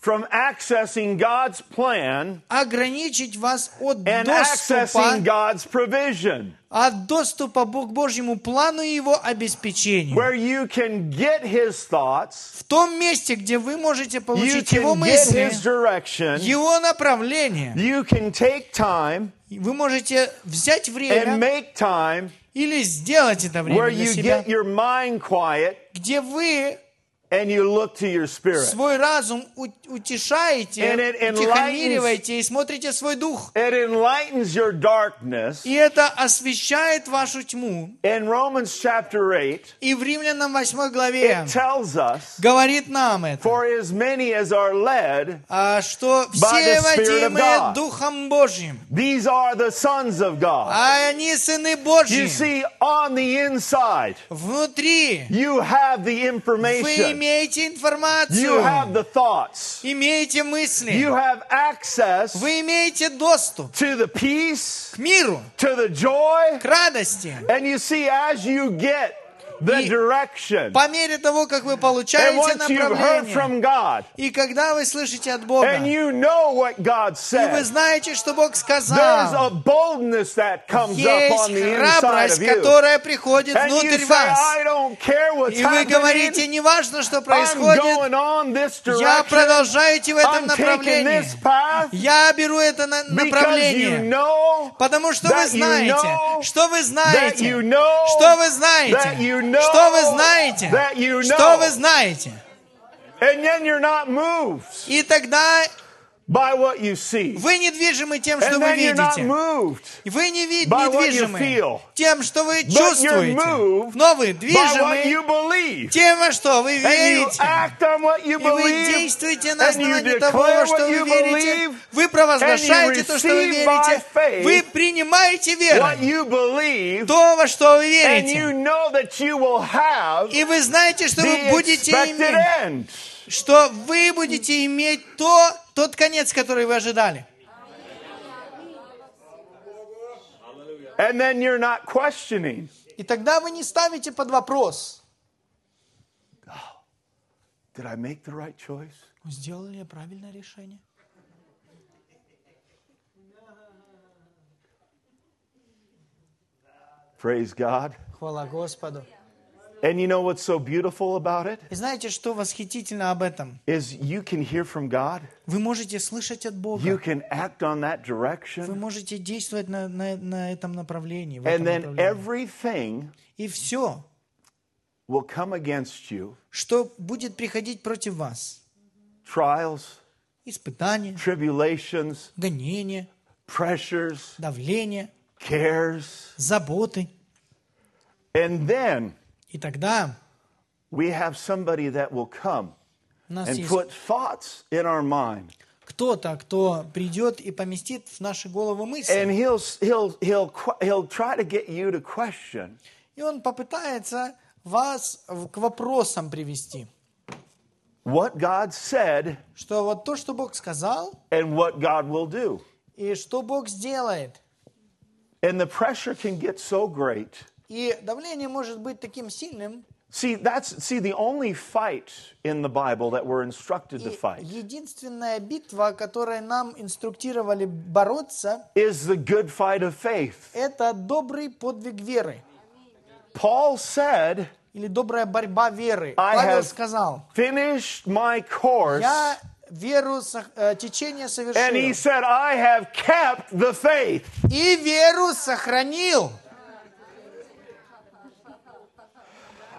S1: from accessing God's plan
S2: ограничить вас от
S1: and accessing
S2: доступа,
S1: God's проvision,
S2: от доступа Бог- к Божьему плану и его обеспечению.
S1: where you can get his thoughts,
S2: В том месте, где вы можете
S1: you
S2: получить его
S1: can get
S2: мысли,
S1: his direction,
S2: его направление,
S1: you can take time
S2: вы можете взять
S1: and
S2: время
S1: make time
S2: или сделать это время
S1: where
S2: для
S1: you
S2: себя,
S1: get your mind quiet
S2: где вы
S1: and you look to your spirit.
S2: Свой разум у- утешаете,
S1: And it enlightens-
S2: утихомириваете и смотрите свой дух.
S1: It enlightens your darkness.
S2: И это освещает вашу тьму.
S1: In Romans chapter 8,
S2: И в Римлянам 8 главе
S1: it tells us,
S2: говорит нам это,
S1: for as many as are led,
S2: а, что все
S1: the Spirit of
S2: водимые
S1: God.
S2: Духом Божьим,
S1: these are the sons of God.
S2: а они сыны
S1: You
S2: Божьи.
S1: see, on the inside,
S2: Внутри
S1: you have the
S2: вы
S1: information,
S2: имеете
S1: you have
S2: информацию,
S1: the thoughts,
S2: имеете мысли,
S1: you have access
S2: вы имеете доступ
S1: to the peace,
S2: к миру,
S1: to the joy,
S2: к радости.
S1: and you see, as you get the
S2: И-
S1: direction,
S2: По мере того, как вы
S1: and
S2: получаете
S1: once you've heard
S2: направление,
S1: from God,
S2: и когда вы слышите от Бога,
S1: and Oh, you know what God
S2: и вы
S1: says,
S2: знаете, что Бог
S1: There's
S2: сказал,
S1: a boldness that comes up
S2: есть
S1: on the inside of
S2: храбрость,
S1: you.
S2: которая приходит
S1: And you
S2: внутрь
S1: say,
S2: вас.
S1: I don't care what's
S2: И вы говорите,
S1: happening.
S2: неважно, что
S1: I'm
S2: происходит,
S1: going on this
S2: я
S1: direction.
S2: продолжаю идти в этом
S1: I'm taking
S2: направлении.
S1: this path
S2: Я беру это на-
S1: because you
S2: направление,
S1: know
S2: потому что вы
S1: that you
S2: знаете,
S1: know
S2: что вы
S1: that you
S2: знаете,
S1: know
S2: что вы
S1: that you
S2: знаете,
S1: know
S2: что вы знаете,
S1: that you
S2: что вы
S1: know.
S2: знаете.
S1: And then you're not moved
S2: И тогда
S1: by what you see.
S2: вы недвижимы тем, что
S1: And
S2: вы
S1: then you're not
S2: видите.
S1: moved
S2: Вы не ви-
S1: by what you
S2: недвижимы
S1: feel.
S2: тем, что вы
S1: But you're
S2: чувствуете,
S1: moved
S2: но вы
S1: by what
S2: движимы
S1: you believe.
S2: тем, во что вы
S1: And you
S2: верите.
S1: act on what you
S2: И вы
S1: believe.
S2: действуете на
S1: And you
S2: основании того, во
S1: declare
S2: что
S1: what
S2: вы
S1: you
S2: верите.
S1: believe.
S2: Вы провозглашаете то, что вы
S1: receive by
S2: верите.
S1: faith
S2: Вы принимаете
S1: What
S2: веру.
S1: you believe.
S2: То, во что вы
S1: And
S2: верите.
S1: you know that you will have
S2: И вы знаете, что вы
S1: the
S2: будете
S1: expected
S2: иметь,
S1: end.
S2: что вы будете иметь то, тот конец, который вы ожидали.
S1: And then you're not questioning.
S2: И тогда вы не ставите под вопрос,
S1: Did I make the right choice?
S2: сделал ли я правильное решение?
S1: Praise God.
S2: Хвала Господу.
S1: And you know what's so beautiful about it?
S2: И знаете, что восхитительно об этом?
S1: Is you can hear from God,
S2: Вы можете слышать от
S1: you
S2: Бога.
S1: can act on that
S2: Вы
S1: direction,
S2: можете действовать на, на, на этом направлении. в этом
S1: and then
S2: направлении.
S1: everything
S2: И все,
S1: will come against you
S2: что будет приходить против вас,
S1: trials,
S2: испытания,
S1: tribulations,
S2: гонения,
S1: pressures,
S2: давление,
S1: cares.
S2: заботы.
S1: And then
S2: И тогда
S1: we have somebody that will come
S2: у нас
S1: and
S2: есть
S1: put thoughts in our mind.
S2: кто-то, кто придет и поместит в наши головы мысли.
S1: And he'll he'll he'll que- he'll try to get you to question.
S2: И он попытается вас в- к вопросам привести.
S1: what God said
S2: Что вот то, что Бог сказал,
S1: and what God will do.
S2: и что Бог сделает.
S1: And the pressure can get so great.
S2: И давление может быть таким сильным.
S1: See, that's see the only fight in the Bible that we're instructed
S2: И
S1: to fight
S2: единственная битва, которой нам инструктировали бороться,
S1: is the good fight of faith.
S2: это добрый подвиг веры
S1: Paul said,
S2: или добрая борьба веры.
S1: I
S2: Павел
S1: have-
S2: сказал,
S1: "Finished my course."
S2: я веру со- э, течение
S1: And he
S2: совершил
S1: said, "I have kept the faith."
S2: и веру сохранил.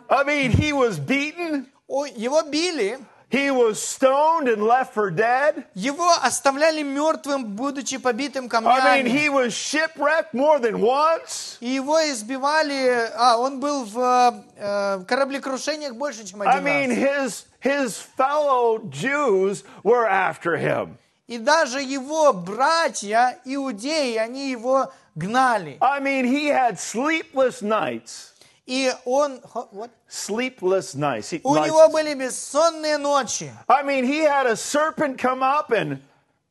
S1: I mean, he was beaten,
S2: О, Его били,
S1: he was stoned and left for dead.
S2: его оставляли мертвым, будучи побитым
S1: I mean,
S2: камнями.
S1: he was shipwrecked more than once.
S2: И его избивали, а он был в э, кораблекрушениях больше, чем
S1: I
S2: один
S1: mean,
S2: раз.
S1: his his fellow Jews were after him.
S2: И даже его братья, иудеи, они его гнали.
S1: I mean, he had sleepless nights.
S2: И он... хо- вот.
S1: Sleepless nights. He-
S2: У
S1: nights.
S2: него были бессонные ночи.
S1: I mean, he had a serpent come up and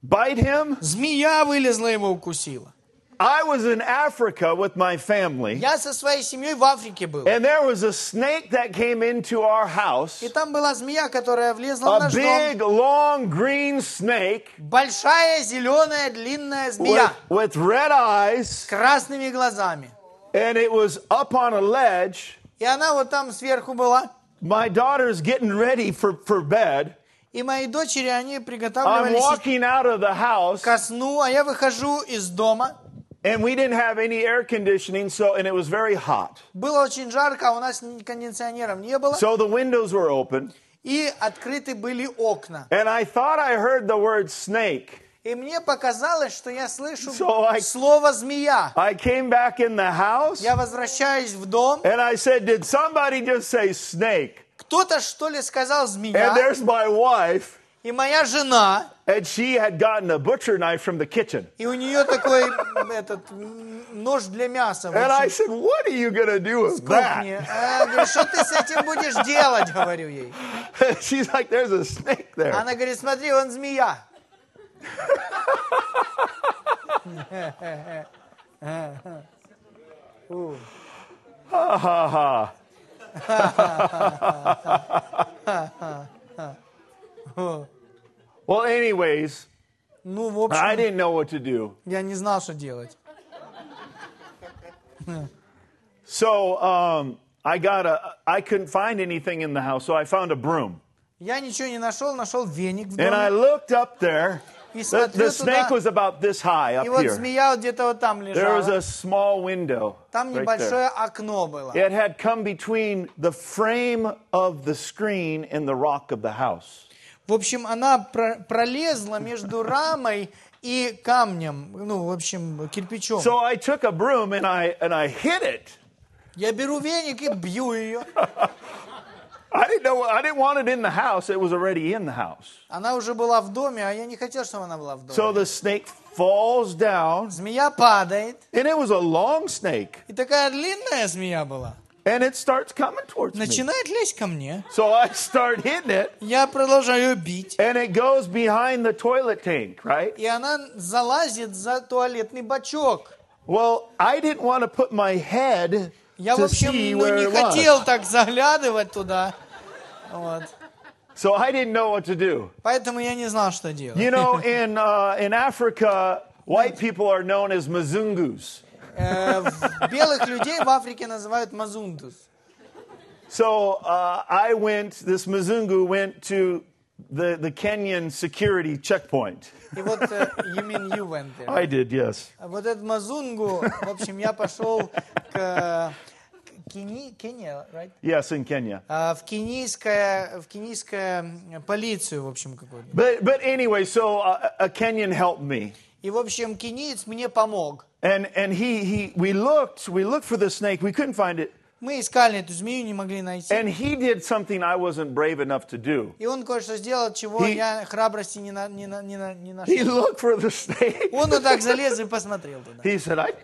S1: bite him.
S2: Змея вылезла его укусила.
S1: I was in Africa with my family,
S2: Я со своей семьей в Африке был.
S1: and there was a snake that came into our house.
S2: И там была змея, которая влезла в
S1: A
S2: наш дом.
S1: big, long, green snake
S2: Большая, зеленая, длинная
S1: with,
S2: змея.
S1: with red eyes,
S2: С красными глазами.
S1: and it was up on a ledge.
S2: И она вот там сверху была.
S1: My daughter's getting ready for, for bed.
S2: И мои дочери, они
S1: I'm
S2: приготавливались идти
S1: walking out of the house,
S2: ко сну, а я выхожу из дома.
S1: and we didn't have any air conditioning, so and it was very hot.
S2: Было очень жарко, а у нас ни кондиционеров не было.
S1: So the windows were open,
S2: и открыты были окна.
S1: And I thought I heard the word snake.
S2: И мне показалось, что я слышу
S1: So I-
S2: слово «змея».
S1: I came back in the house
S2: Я возвращаюсь в дом.
S1: and I said, Did somebody just say snake?
S2: Кто-то, что ли, сказал
S1: And
S2: «змея»,
S1: there's my wife,
S2: и моя жена,
S1: and she had gotten a butcher knife from the kitchen.
S2: и у нее такой м, этот м, нож для мяса. в
S1: And I
S2: общем,
S1: said, What are you going to do
S2: в
S1: with
S2: кухне.
S1: that?
S2: А, говорю, что ты с этим будешь делать, говорю ей.
S1: She's like, There's a snake there.
S2: Она говорит, смотри, он змея.
S1: Ha ha ha. Well, anyways,
S2: Ну, в
S1: I
S2: общем,
S1: didn't know what to do.
S2: я не знал, что делать.
S1: So um, I got a, I couldn't find anything in the house, so I found a broom.
S2: Я ничего не нашел, нашел веник в
S1: And I
S2: доме.
S1: looked up there.
S2: И
S1: The,
S2: смотрю
S1: the snake
S2: туда,
S1: was about this high up
S2: и вот
S1: here.
S2: змея вот где-то вот там
S1: There was
S2: лежала.
S1: a small window.
S2: Там
S1: right there.
S2: небольшое окно было.
S1: It had come between the frame of the screen and the rock of the house.
S2: В общем, она про- пролезла между рамой и камнем, ну, в общем, кирпичом.
S1: So I took a broom and I and I hit it.
S2: Я беру веник и бью ее.
S1: I didn't know I didn't want it in the house. It was already in the house.
S2: Она уже была в доме, а я не хотел, чтобы она была в доме.
S1: So the snake falls down
S2: Змея падает.
S1: and it was a long snake
S2: И такая длинная змея была.
S1: and it starts coming towards me.
S2: Начинает лезть ко мне.
S1: So I start hitting it
S2: Я продолжаю бить.
S1: and it goes behind the toilet tank, right?
S2: И она залазит за туалетный бачок.
S1: Well, I didn't want to put my head
S2: Я, в
S1: to
S2: общем,
S1: see
S2: ну,
S1: where
S2: не
S1: it was.
S2: хотел так заглядывать туда. Вот.
S1: So I didn't know what to do.
S2: Поэтому я не знал, что делать.
S1: You know, in uh, in Africa, white people are known as Mzungus.
S2: Э, в- белых людей в Африке называют мазундус.
S1: So uh, I went. This Mzungu went to the the Kenyan security checkpoint.
S2: И вот э, you mean you went there.
S1: I did, yes.
S2: А Вот этот мазунгу, в общем, я пошел к, э, к Кени, Кения, right?
S1: Yes, in Kenya.
S2: А, в кенийское, в кенийское м, полицию, в общем, какую-то.
S1: But but anyway, so uh, a Kenyan helped me,
S2: И, в общем, кениец мне помог.
S1: and and he he we looked we looked for the snake. We couldn't find it,
S2: Мы искали эту змею, не могли найти.
S1: and he did something I wasn't brave enough to do.
S2: И он кое-что сделал, чего
S1: He-
S2: я храбрости не, на- не на- не на- не нашел.
S1: He looked for the snake.
S2: Он вот так залез и посмотрел туда.
S1: He said, "I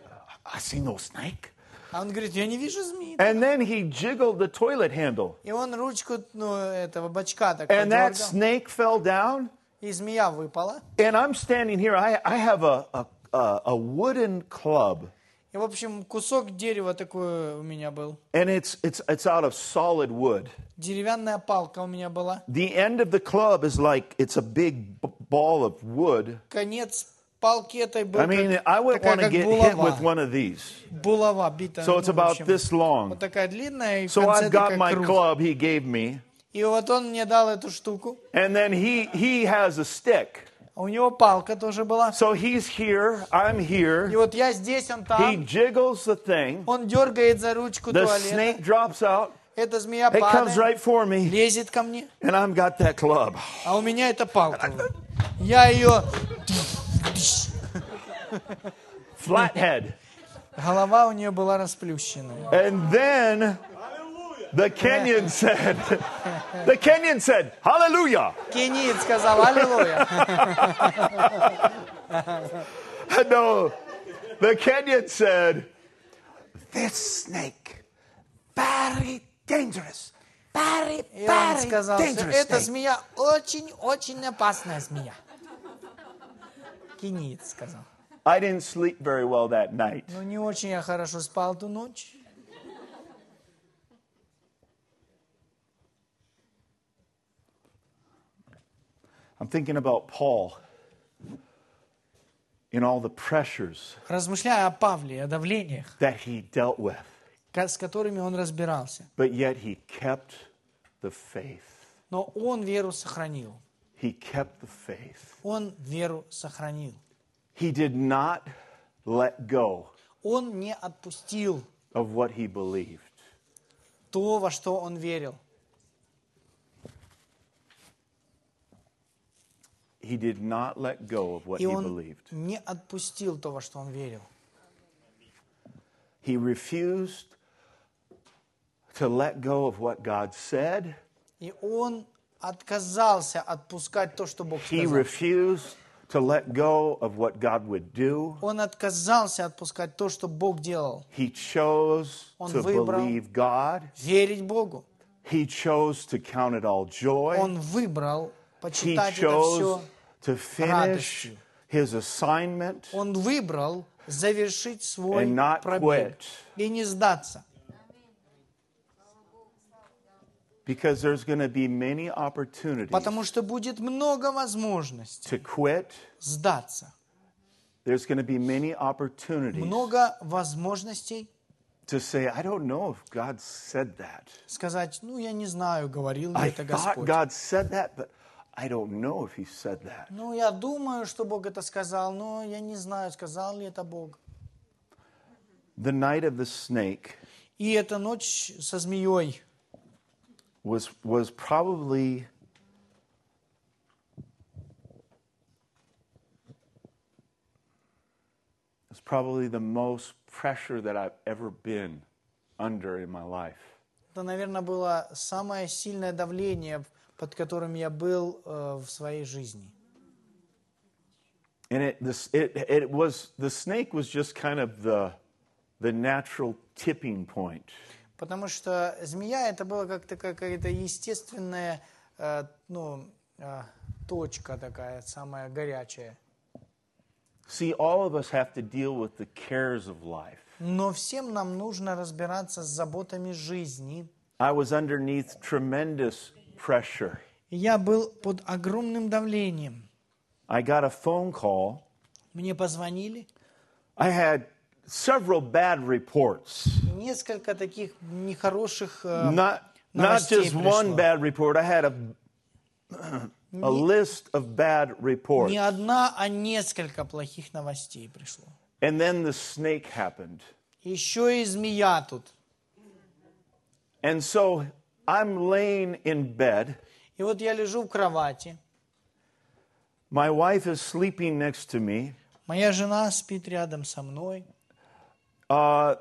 S1: I see no snake."
S2: А он говорит, я не вижу змеи.
S1: And then he jiggled the toilet handle.
S2: И он ручку ну, этого бачка так
S1: And that
S2: подергал,
S1: snake fell down.
S2: и змея выпала.
S1: And I'm standing here. I, I have a, a, a, a wooden club.
S2: И, в общем, кусок дерева такой у меня был.
S1: And it's, it's, it's out of solid wood.
S2: Деревянная палка у меня была.
S1: The end of the club is like it's a big b- ball of wood.
S2: Конец палки этой был
S1: I mean,
S2: как-
S1: I wouldn't
S2: такая
S1: want to
S2: как
S1: get hit with
S2: булава.
S1: one of these.
S2: Булава битая.
S1: So
S2: ну,
S1: it's
S2: в
S1: about
S2: общем,
S1: this
S2: Вот
S1: long.
S2: такая длинная и в
S1: So
S2: конце
S1: I've got
S2: такая
S1: my
S2: круг.
S1: club he gave me.
S2: И вот он мне дал эту штуку.
S1: And then he, he has a stick.
S2: А У него палка тоже была.
S1: So he's here. I'm
S2: И
S1: here.
S2: вот я здесь, он
S1: He
S2: там.
S1: jiggles the thing.
S2: Он дергает за ручку
S1: The
S2: туалета.
S1: snake drops out.
S2: Эта змея
S1: It comes
S2: падает,
S1: right for me.
S2: лезет ко мне.
S1: And I've got that club.
S2: А у меня это палка. вот. Я ее...
S1: Flathead.
S2: Голова у нее была расплющенная.
S1: And then the Kenyan said, the Kenyan said, hallelujah.
S2: Кенит сказал, аллилуйя.
S1: No, the Kenyan said, this snake, very dangerous. Very,
S2: И он
S1: very
S2: сказал, что
S1: dangerous
S2: эта
S1: snake.
S2: змея очень-очень опасная змея. Кенит сказал.
S1: I didn't sleep very well that night.
S2: Ну, не очень я хорошо спал ту ночь.
S1: I'm thinking about Paul and all the pressures
S2: Размышляя о Павле, о давлениях,
S1: that he dealt with,
S2: ка- с которыми он разбирался.
S1: but yet he kept the faith.
S2: Но он веру сохранил.
S1: He kept the faith.
S2: Он веру сохранил.
S1: He did not let go
S2: Он не отпустил
S1: of what he believed.
S2: то, во что он верил.
S1: he did not let go of what
S2: И
S1: he
S2: он
S1: believed.
S2: не отпустил то, во что он верил.
S1: He refused to let go of what God said.
S2: И он отказался отпускать то, что Бог
S1: He
S2: сказал.
S1: refused to let go of what God would do.
S2: Он отказался отпускать то, что Бог делал.
S1: He chose
S2: Он
S1: to
S2: выбрал-
S1: believe God.
S2: Верить Богу.
S1: He chose to count it all joy.
S2: Он выбрал
S1: He
S2: почитать это
S1: chose
S2: все.
S1: to finish
S2: радостью.
S1: his assignment
S2: Он выбрал завершить свой
S1: and not
S2: пробег
S1: quit
S2: и не сдаться.
S1: because there's going to be many opportunities
S2: Потому что будет много возможностей
S1: to quit.
S2: сдаться.
S1: There's going to be many opportunities
S2: Много возможностей
S1: to say, I don't know if God said that.
S2: сказать, ну, я не знаю, говорил ли
S1: I
S2: это
S1: thought
S2: Господь.
S1: God said that, but I don't know if He said that.
S2: Ну, я думаю, что Бог это сказал, но я не знаю, сказал ли это Бог.
S1: The night of the snake
S2: И эта ночь со змеей,
S1: was was probably was probably the most pressure that I've ever been under in my life.
S2: это, наверное, было самое сильное давление, под которым я был э, в своей жизни.
S1: And it this it it was the snake was just kind of the the natural tipping point.
S2: Потому что змея это была как-то какая-то естественная э, ну, э, точка такая, самая горячая.
S1: See, all of us have to deal with the cares of life.
S2: Но всем нам нужно разбираться с заботами жизни.
S1: I was underneath tremendous pressure.
S2: И Я был под огромным давлением.
S1: I got a phone call
S2: Мне позвонили.
S1: I had several bad reports.
S2: Несколько таких нехороших... э,
S1: Not not
S2: новостей
S1: just one
S2: пришло.
S1: bad report. I had a a list of bad reports.
S2: Не одна, а несколько плохих новостей пришло.
S1: And then the snake happened.
S2: Еще и змея тут.
S1: And so I'm laying in bed.
S2: И вот я лежу в кровати.
S1: My wife is sleeping next to me.
S2: Моя жена спит рядом со мной.
S1: Uh,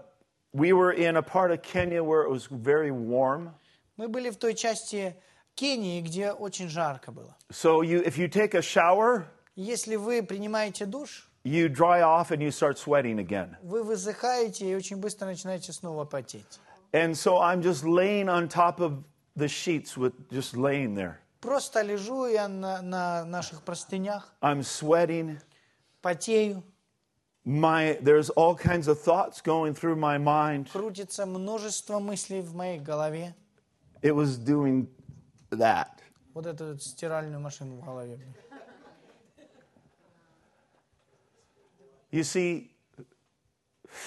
S1: we were in a part of Kenya where it was very warm.
S2: Мы были в той части Кении, где очень жарко было.
S1: So you, if you take a shower,
S2: Если вы принимаете душ,
S1: you dry off and you start sweating again.
S2: вы высыхаете и очень быстро начинаете снова потеть.
S1: And so I'm just laying on top of the sheets with just laying there.
S2: Просто лежу я на, на наших простынях,
S1: I'm sweating.
S2: потею,
S1: My there's all kinds of thoughts going through my mind.
S2: крутится множество мыслей в моей голове.
S1: It was doing that.
S2: Вот эту вот стиральную машину в голове.
S1: You see,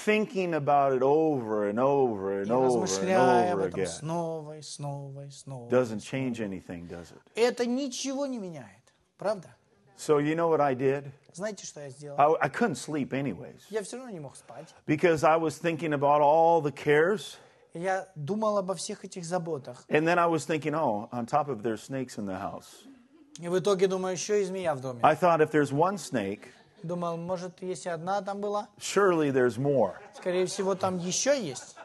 S1: thinking about it over and over and
S2: И
S1: over and
S2: размышляя об
S1: over
S2: этом
S1: again
S2: снова и снова и снова.
S1: doesn't change anything, does it?
S2: Это ничего не меняет, правда?
S1: So you know what I did?
S2: Знаете, что я сделал?
S1: I, I couldn't sleep anyways
S2: Я все равно не мог спать.
S1: because I was thinking about all the cares,
S2: Я думал обо всех этих заботах.
S1: and then I was thinking, oh, on top of there's snakes in the house.
S2: И в итоге думаю, еще и змея в доме.
S1: I thought if there's one snake,
S2: Думал, может, если одна там была,
S1: surely there's more.
S2: скорее всего, там еще есть.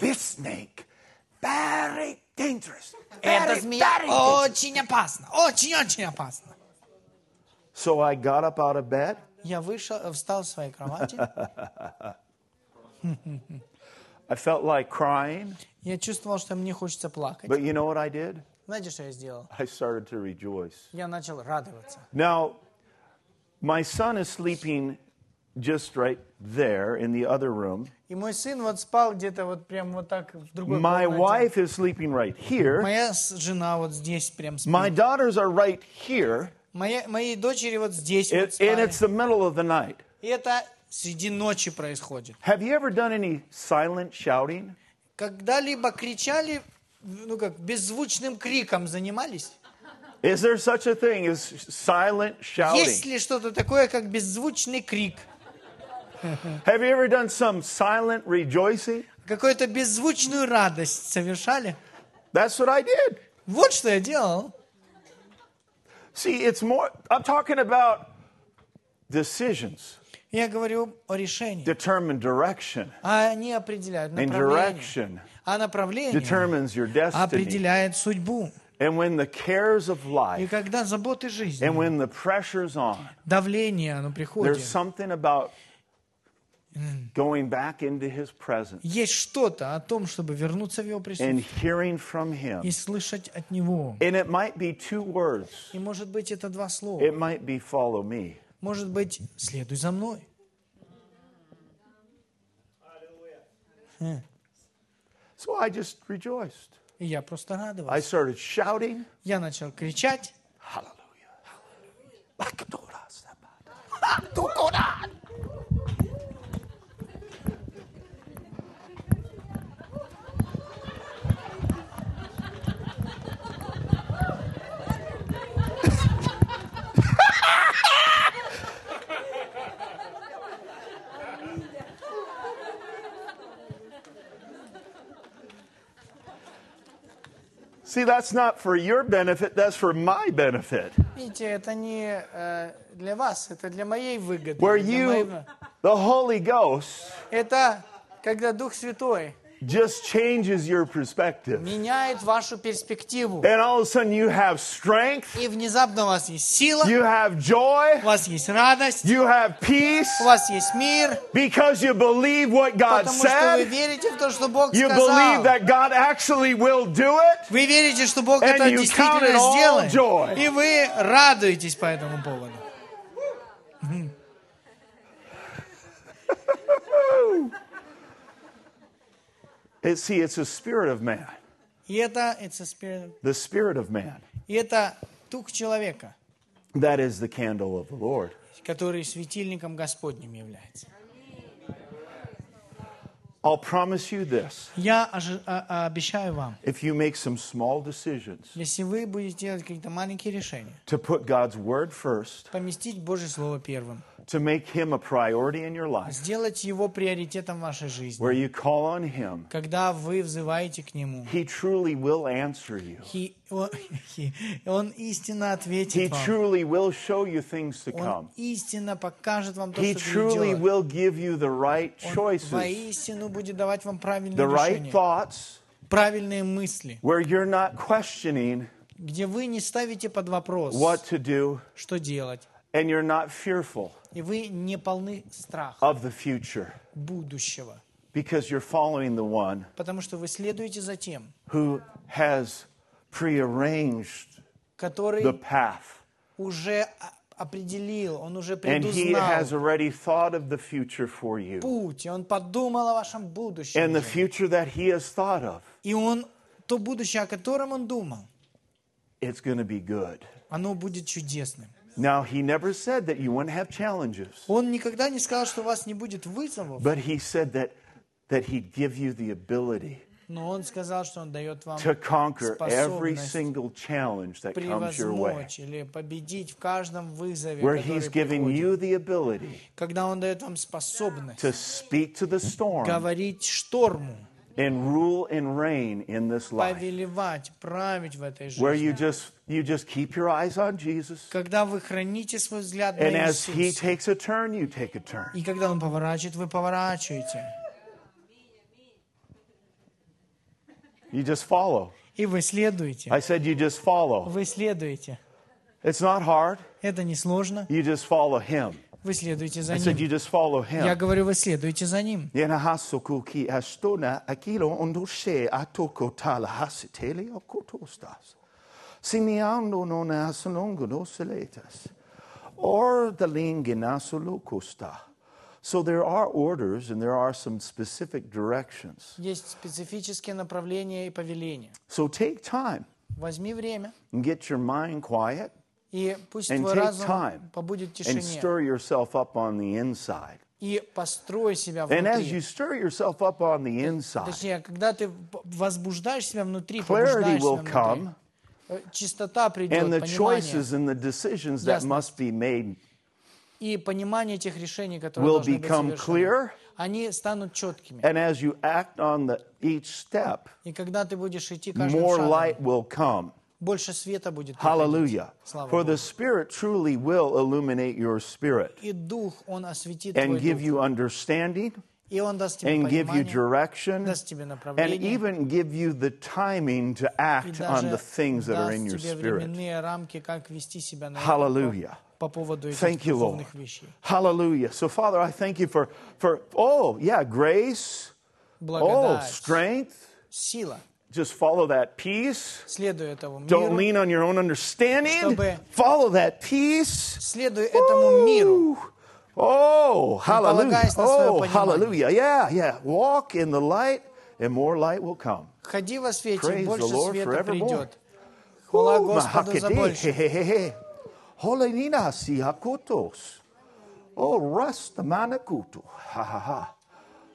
S1: This snake, very dangerous.
S2: Эта
S1: very,
S2: змея
S1: very dangerous.
S2: очень опасна, очень-очень опасна.
S1: So I got up out of bed.
S2: Я вышел, встал с своей кровати.
S1: I felt like crying,
S2: Я чувствовал, что мне хочется плакать.
S1: but you know what I did?
S2: Знаете, что я сделал?
S1: I started to rejoice.
S2: Я начал радоваться.
S1: Now, my son is sleeping just right there in the other room.
S2: И мой сын вот спал где-то вот прям вот так в другой
S1: My
S2: комнате.
S1: wife is sleeping right here.
S2: Моя с- жена вот здесь прям спит.
S1: My daughters are right here.
S2: Моя, моей дочери вот здесь вот
S1: It-
S2: спали.
S1: and it's the middle of the night.
S2: И это среди ночи происходит.
S1: Have you ever done any silent shouting?
S2: Когда-либо кричали, ну как, беззвучным криком занимались?
S1: Is there such a thing as silent shouting?
S2: Есть ли что-то такое, как беззвучный крик?
S1: Have you ever done some silent rejoicing?
S2: Какую-то беззвучную радость совершали?
S1: That's what I did.
S2: Вот что я делал.
S1: See, it's more, I'm talking about decisions,
S2: Я говорю о решении.
S1: determine direction.
S2: А Они определяют
S1: And
S2: направление.
S1: direction
S2: А направление
S1: determines your destiny.
S2: определяет судьбу.
S1: And when the cares of
S2: И
S1: life
S2: когда заботы жизни,
S1: and when the pressure's on,
S2: давление, оно
S1: there's
S2: приходит.
S1: something about going back into his presence
S2: Есть что-то о том, чтобы вернуться в его присутствие
S1: and hearing from him.
S2: и слышать от него.
S1: And it might be two words.
S2: И может быть это два слова.
S1: It might be follow me.
S2: Может быть, следуй за мной.
S1: So I just rejoiced.
S2: И я просто
S1: I
S2: радовался.
S1: started shouting,
S2: Я начал кричать.
S1: Hallelujah. Hallelujah. See, that's not for your benefit, that's for my benefit.
S2: Видите, это не э, для вас, это для моей выгоды.
S1: Where
S2: для
S1: you,
S2: моего-
S1: the Holy Ghost,
S2: Это когда Дух Святой
S1: just changes your perspective.
S2: меняет вашу перспективу.
S1: And all of a sudden you have strength,
S2: И внезапно у вас есть сила,
S1: you have joy,
S2: у вас есть радость,
S1: you have peace
S2: у вас есть мир,
S1: because you believe what God
S2: потому что
S1: said.
S2: вы верите в то, что Бог
S1: You believe
S2: сказал.
S1: that God actually will do it.
S2: Вы верите, что Бог
S1: And
S2: это
S1: you count it
S2: действительно
S1: all
S2: сделает.
S1: joy.
S2: И вы радуетесь по этому поводу.
S1: It- see, it's the spirit of man.
S2: И это, it's a spirit-
S1: The spirit of man.
S2: и это дух человека,
S1: That is the candle of the Lord.
S2: который светильником Господним является.
S1: I'll promise you this.
S2: Я ожи- а- а- обещаю вам,
S1: If you make some small decisions
S2: если вы будете делать какие-то маленькие решения,
S1: to put God's word first,
S2: поместить Божье Слово первым,
S1: to make him a priority in your life,
S2: сделать его приоритетом в вашей жизни,
S1: where you call on him,
S2: когда вы взываете к Нему,
S1: he truly will answer you.
S2: He- он, He- он истинно
S1: He
S2: ответит вам.
S1: truly will show you things to come.
S2: Он истинно покажет вам то,
S1: He
S2: что
S1: truly
S2: вы
S1: will give you the right choices,
S2: Воистину будет давать вам правильные
S1: the right
S2: решения,
S1: thoughts,
S2: правильные мысли,
S1: where you're not questioning
S2: где вы не ставите под вопрос,
S1: what to do
S2: что делать,
S1: and you're not fearful
S2: и вы не полны страха
S1: of the future
S2: будущего,
S1: because you're following the one
S2: потому что вы следуете за тем,
S1: who has prearranged
S2: который
S1: the path.
S2: уже о- определил, он уже
S1: And he has
S2: предузнал
S1: already thought of the future for you
S2: путь, и он подумал о вашем будущем.
S1: and the
S2: уже.
S1: future that he has thought of.
S2: И он, то будущее, о котором он думал,
S1: It's going to be good.
S2: оно будет чудесным.
S1: Now, he never said that you wouldn't have challenges.
S2: Он никогда не сказал, что у вас не будет вызовов,
S1: But he said that, that he'd give you the ability
S2: но он сказал, что он дает вам
S1: to conquer every
S2: способность
S1: single challenge that comes your way.
S2: превозмочь или победить в каждом вызове,
S1: Where
S2: который
S1: he's giving
S2: приходит.
S1: you the ability
S2: Когда он дает вам способность
S1: to speak to the storm
S2: говорить шторму,
S1: and rule and reign in this life.
S2: повелевать, править в этой жизни.
S1: Where you just you just keep your eyes on Jesus
S2: Когда вы храните свой взгляд
S1: and
S2: на
S1: as he
S2: Иисуса,
S1: takes a turn, you take a turn.
S2: и когда он поворачивает, вы поворачиваете,
S1: You just follow.
S2: и вы следуете.
S1: I said you just follow.
S2: Вы следуете.
S1: It's not hard.
S2: Это несложно.
S1: You just follow him.
S2: Вы следуете за
S1: I said
S2: ним.
S1: you just follow
S2: Я
S1: him.
S2: говорю, вы следуете за ним.
S1: Yena hasuku ki astona akilo ondoshe atoko tala hasitele okotostas. Simiando non asolongo doseletas. Or the linginasolokostas. So there are orders and there are some specific directions.
S2: Есть специфические направления и повеления.
S1: So take time
S2: Возьми время,
S1: and get your mind quiet
S2: и пусть
S1: and
S2: твой
S1: take
S2: разум
S1: time
S2: побудет в
S1: and
S2: тишине.
S1: stir yourself up on the inside.
S2: и построй себя
S1: And as you
S2: внутри.
S1: stir yourself up on the inside,
S2: Точнее, когда ты п- возбуждаешь себя внутри,
S1: clarity
S2: побуждаешь себя
S1: will
S2: внутри,
S1: come.
S2: э, чистота придет,
S1: and the
S2: понимание.
S1: choices and the decisions that
S2: Ясно.
S1: must be made
S2: И понимание тех решений, которые
S1: will
S2: должны быть
S1: become
S2: совершены,
S1: clear.
S2: они станут четкими.
S1: And as you act on the, each step,
S2: И когда ты будешь идти каждым
S1: more
S2: шагом,
S1: light will come.
S2: больше света будет. приходить.
S1: Hallelujah.
S2: Слава
S1: For
S2: Богу.
S1: the Spirit truly will illuminate your spirit
S2: И Дух, Он осветит твой
S1: and give
S2: дух.
S1: you understanding
S2: И Он даст тебе
S1: and give you
S2: понимание,
S1: direction
S2: даст тебе
S1: and
S2: направление.
S1: even give you the timing to
S2: И
S1: act on
S2: даже
S1: the things that are in your
S2: даст тебе
S1: spirit.
S2: временные рамки, как вести себя на
S1: Hallelujah.
S2: по поводу
S1: Thank
S2: этих
S1: you, Lord. Oh,
S2: духовных вещей.
S1: Hallelujah. So, Father, I thank you for, for oh, yeah, grace, oh,
S2: Благодать,
S1: strength.
S2: сила.
S1: Just follow that peace.
S2: Следуй этому
S1: Don't
S2: миру.
S1: lean on your own understanding.
S2: Чтобы-
S1: Follow that peace.
S2: Следуй этому миру.
S1: Ooh. Oh, hallelujah.
S2: полагаясь на свое
S1: Oh,
S2: понимание.
S1: hallelujah. Yeah, yeah. Walk in the light, and more light will come.
S2: Ходи во свете,
S1: Praise
S2: и
S1: the
S2: больше
S1: Lord
S2: света
S1: forevermore.
S2: придет. Хвала
S1: Ooh,
S2: Господу за
S1: mahakete. Hey,
S2: больше.
S1: hey, hey, hey. Holenina si hakotos. Oh, rasta manakuto. Ha, ha, ha.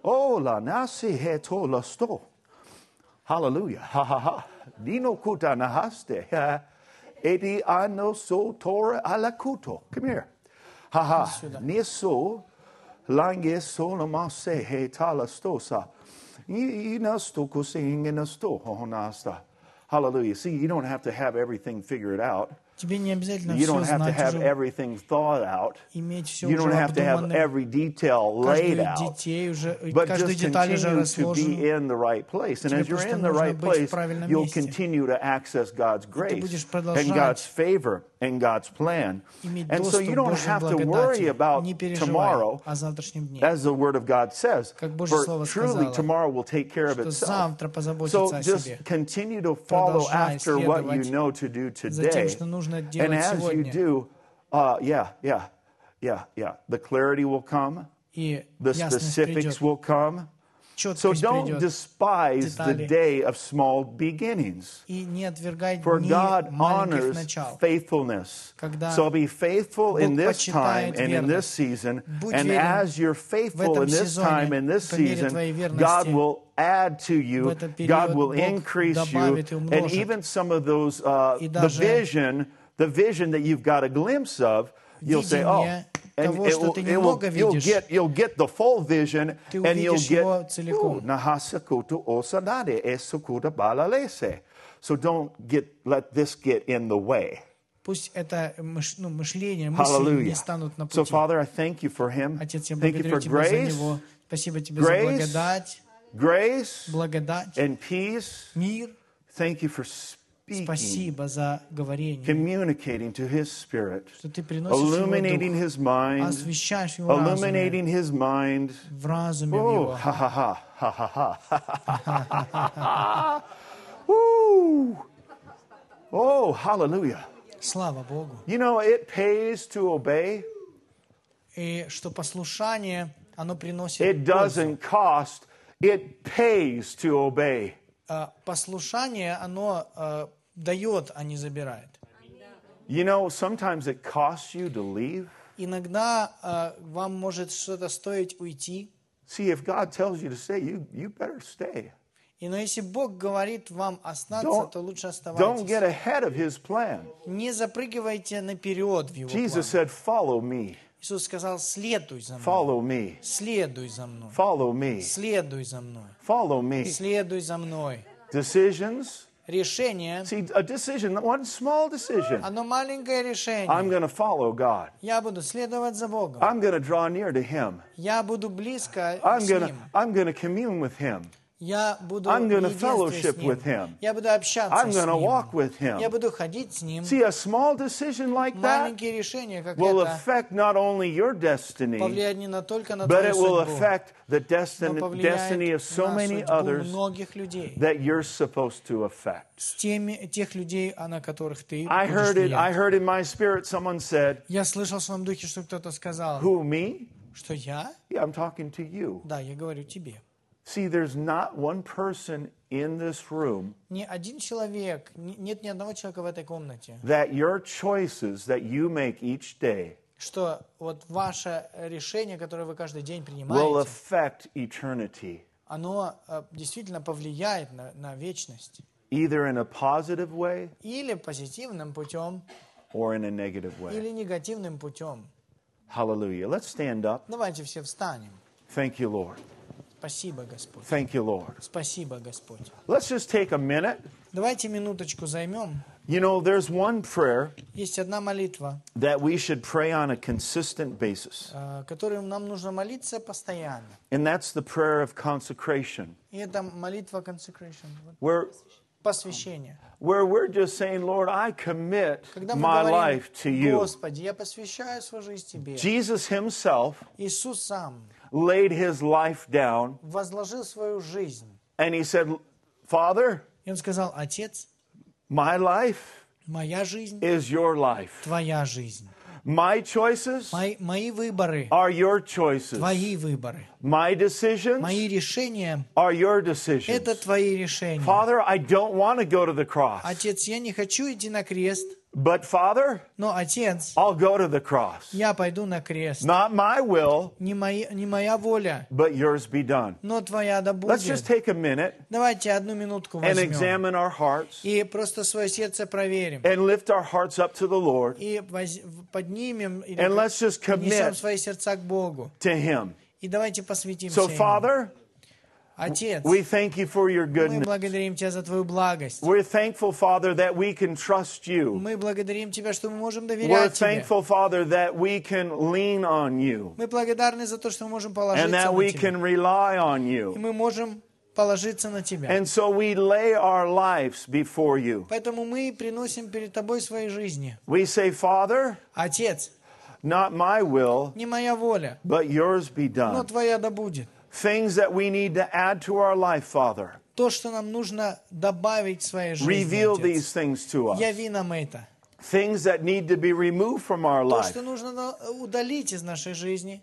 S1: Oh, la nasi heto lasto. Hallelujah. Ha, ha, ha. Dino kuta nahaste. Ha. Edi ano so tora alakuto. Come here. Ha, ha. Niso lange solomase he talastosa. Inasto kusing inasto honasta. Hallelujah. See, you don't have to have everything figured out.
S2: Тебе не обязательно
S1: You
S2: все
S1: don't have to
S2: знать
S1: have
S2: уже,
S1: everything thought out.
S2: иметь все
S1: You
S2: уже
S1: don't have to have
S2: обдуманным,
S1: every detail laid
S2: каждую
S1: out.
S2: детей уже, и
S1: But
S2: каждую
S1: just
S2: деталь уже
S1: continue to be
S2: расложенную.
S1: in the right place. And
S2: Тебе
S1: as you're
S2: просто
S1: in the
S2: нужно
S1: right
S2: быть в
S1: place,
S2: правильном
S1: you'll
S2: месте.
S1: continue to access God's grace
S2: будешь
S1: and
S2: продолжать
S1: God's favor and God's plan.
S2: Иметь
S1: And so
S2: доступ
S1: you
S2: к
S1: don't
S2: Божьей
S1: have to worry
S2: благодати.
S1: about
S2: Не переживай
S1: tomorrow,
S2: о завтрашнем дне.
S1: as the Word of God says.
S2: Как Божье
S1: For
S2: Слово
S1: truly
S2: сказало,
S1: tomorrow will take care of
S2: что
S1: itself.
S2: завтра позаботится
S1: So
S2: о
S1: just
S2: себе.
S1: continue to follow
S2: Продолжай
S1: after what you
S2: следовать
S1: know to do
S2: за тем,
S1: today.
S2: что нужно
S1: And
S2: делать
S1: as you
S2: сегодня.
S1: do, uh, yeah, yeah, yeah, yeah. The clarity will come.
S2: И
S1: The
S2: ясность придет,
S1: specifics will come. So
S2: четкость
S1: don't
S2: придет.
S1: despise the
S2: Детали.
S1: day of small beginnings.
S2: И не отвергай
S1: For
S2: дни
S1: God
S2: маленьких
S1: honors
S2: начал.
S1: faithfulness.
S2: Когда
S1: So be faithful in
S2: Бог
S1: this time
S2: почитает
S1: and in this
S2: верность.
S1: season.
S2: Будь
S1: And
S2: верен
S1: as you're
S2: в
S1: faithful
S2: этом
S1: in this
S2: сезоне,
S1: time and this
S2: по мере твоей
S1: season,
S2: верности.
S1: God will add to you,
S2: этот период
S1: God will
S2: Бог
S1: increase you,
S2: добавит и
S1: and
S2: умножит.
S1: even some of those, uh,
S2: И
S1: the
S2: даже
S1: vision, the vision that you've got a glimpse of, you'll say, oh,
S2: видение
S1: and
S2: того,
S1: it
S2: что
S1: will,
S2: ты
S1: it will,
S2: немного
S1: you'll
S2: видишь,
S1: get, you'll get the full vision,
S2: ты
S1: and you'll
S2: увидишь
S1: get,
S2: его целиком.
S1: Ooh, Nahasikutu osanade esukuta balalese. So don't get let this get in the way.
S2: Пусть это мыш- ну, мышление, мысли
S1: Hallelujah.
S2: не станут на
S1: So
S2: пути.
S1: Father, I thank you for him.
S2: Отец, я
S1: thank you
S2: благодарю
S1: for
S2: Тебя за
S1: grace,
S2: Него. Спасибо Тебе за
S1: grace,
S2: благодать,
S1: grace
S2: благодать,
S1: and peace.
S2: мир.
S1: Thank you for speaking,
S2: Спасибо за говорение,
S1: communicating to his spirit,
S2: что Ты приносишь Его
S1: illuminating
S2: дух,
S1: his mind,
S2: освещаешь Его разум,
S1: illuminating his mind.
S2: в разуме в
S1: Oh,
S2: Его.
S1: ha ha ha ha ha ha ha ha Woo! Oh, hallelujah.
S2: Слава Богу.
S1: You know, it pays to obey.
S2: И что послушание, оно приносит
S1: It
S2: пользу.
S1: doesn't cost. It pays to obey.
S2: А, Послушание, оно а, дает, а не забирает.
S1: You know, sometimes it costs you to leave.
S2: Иногда а, вам может что-то стоить уйти,
S1: See, if God tells you to stay, you, you better stay.
S2: И но если Бог говорит вам остаться,
S1: Don't,
S2: то лучше
S1: don't
S2: оставайтесь.
S1: get ahead of his plan.
S2: Не запрыгивайте наперед в его
S1: Jesus
S2: план.
S1: said, Follow me,
S2: Иисус сказал, следуй за мной,
S1: follow me,
S2: следуй за мной,
S1: follow me,
S2: следуй за мной,
S1: follow me.
S2: следуй за мной.
S1: Decisions.
S2: Решение,
S1: See, a decision, one small decision.
S2: оно маленькое
S1: I'm
S2: решение.
S1: going to follow God.
S2: Я буду следовать за Богом.
S1: I'm going to draw near to him.
S2: Я буду близко
S1: I'm
S2: с
S1: going to
S2: Ним.
S1: I'm going to commune with him.
S2: Я буду
S1: I'm gonna
S2: в единстве
S1: fellowship
S2: с Ним.
S1: with Him.
S2: Я буду общаться
S1: I'm
S2: с
S1: going to
S2: Ним.
S1: walk with him.
S2: Я буду ходить с Ним.
S1: See, a small decision like that
S2: Маленькие решения, как
S1: will
S2: это,
S1: affect not only your destiny,
S2: повлияют не на только на
S1: but
S2: твою
S1: it will
S2: судьбу.
S1: affect the
S2: но
S1: destiny,
S2: повлияет
S1: destiny of so
S2: на
S1: many
S2: судьбу
S1: others
S2: многих людей.
S1: that you're supposed to affect.
S2: С теми, тех людей, а, на которых ты
S1: I
S2: будешь
S1: heard it. I
S2: влиять.
S1: heard in my spirit someone said,
S2: Я слышал в своем духе, что кто-то сказал,
S1: "Who me?
S2: что я?
S1: Yeah, I'm talking to you."
S2: Да, я говорю тебе.
S1: See, there's not one person in this room
S2: Ни один человек, ни- нет ни одного человека в этой комнате,
S1: that your choices that you make each day
S2: что вот ваше решение, которое вы каждый день
S1: will
S2: принимаете,
S1: affect eternity,
S2: оно э, действительно повлияет на, на вечность.
S1: either in a positive way
S2: Или позитивным путем,
S1: or in a negative way.
S2: или негативным путем.
S1: Hallelujah. Let's stand up.
S2: Давайте все встанем.
S1: Thank you, Lord.
S2: Спасибо, Господь.
S1: Thank you, Lord.
S2: Спасибо, Господь.
S1: Let's just take a minute
S2: Давайте минуточку займем.
S1: You know, there's one prayer
S2: Есть одна молитва,
S1: that we should pray on a consistent basis,
S2: э, которую нам нужно молиться постоянно.
S1: and that's the prayer of consecration,
S2: И это молитва consecration, вот,
S1: where,
S2: посвящение.
S1: where we're just saying, Lord, I commit
S2: Когда мы
S1: my
S2: говорим,
S1: life to you.
S2: Господи, я посвящаю свою жизнь Тебе.
S1: Jesus himself
S2: Иисус сам
S1: laid his life down
S2: возложил свою жизнь.
S1: and he said, Father,
S2: И он сказал, Отец,
S1: my life
S2: моя жизнь,
S1: is your life.
S2: твоя жизнь.
S1: My choices
S2: Мои, мои выборы,
S1: are your choices.
S2: твои выборы.
S1: My decisions
S2: Мои решения,
S1: are your decisions.
S2: это твои решения.
S1: Father, I don't want to go to the cross.
S2: Отец, я не хочу идти на крест,
S1: But Father,
S2: но, Отец,
S1: I'll go to the cross.
S2: я пойду на крест.
S1: Not my will,
S2: Не, мои, не моя воля,
S1: but yours be done.
S2: но твоя да
S1: Let's just
S2: будет.
S1: take a minute
S2: Давайте одну минутку
S1: and
S2: возьмем
S1: examine our hearts
S2: и просто свое сердце проверим.
S1: and lift our hearts up to the Lord
S2: И воз- в- поднимем или
S1: and let's just
S2: поднесем
S1: commit
S2: свои сердца к Богу.
S1: to Him.
S2: И давайте посвятимся
S1: So,
S2: Ему.
S1: Father,
S2: Отец,
S1: we thank you for your
S2: мы
S1: goodness.
S2: благодарим Тебя за Твою благость.
S1: We're thankful, Father, that we can trust you.
S2: Мы благодарим Тебя, что мы можем
S1: We're
S2: доверять Тебе.
S1: thankful, Father, that we can lean on you
S2: Мы благодарны за то, что мы можем положиться
S1: and that
S2: на
S1: we
S2: Тебя.
S1: can rely on
S2: И
S1: you.
S2: мы можем положиться на Тебя.
S1: And so we lay our lives before you.
S2: Поэтому мы приносим перед Тобой свои жизни.
S1: We say, Father,
S2: Отец,
S1: not my will,
S2: не моя воля,
S1: but yours be
S2: но
S1: done.
S2: Твоя да будет.
S1: Things that we need to add to our life, Father.
S2: То, что нам нужно добавить в своей жизни,
S1: Reveal
S2: Отец.
S1: these things to us.
S2: Яви нам это.
S1: Things that need to be removed from our
S2: То,
S1: life.
S2: что нужно на- удалить из нашей жизни.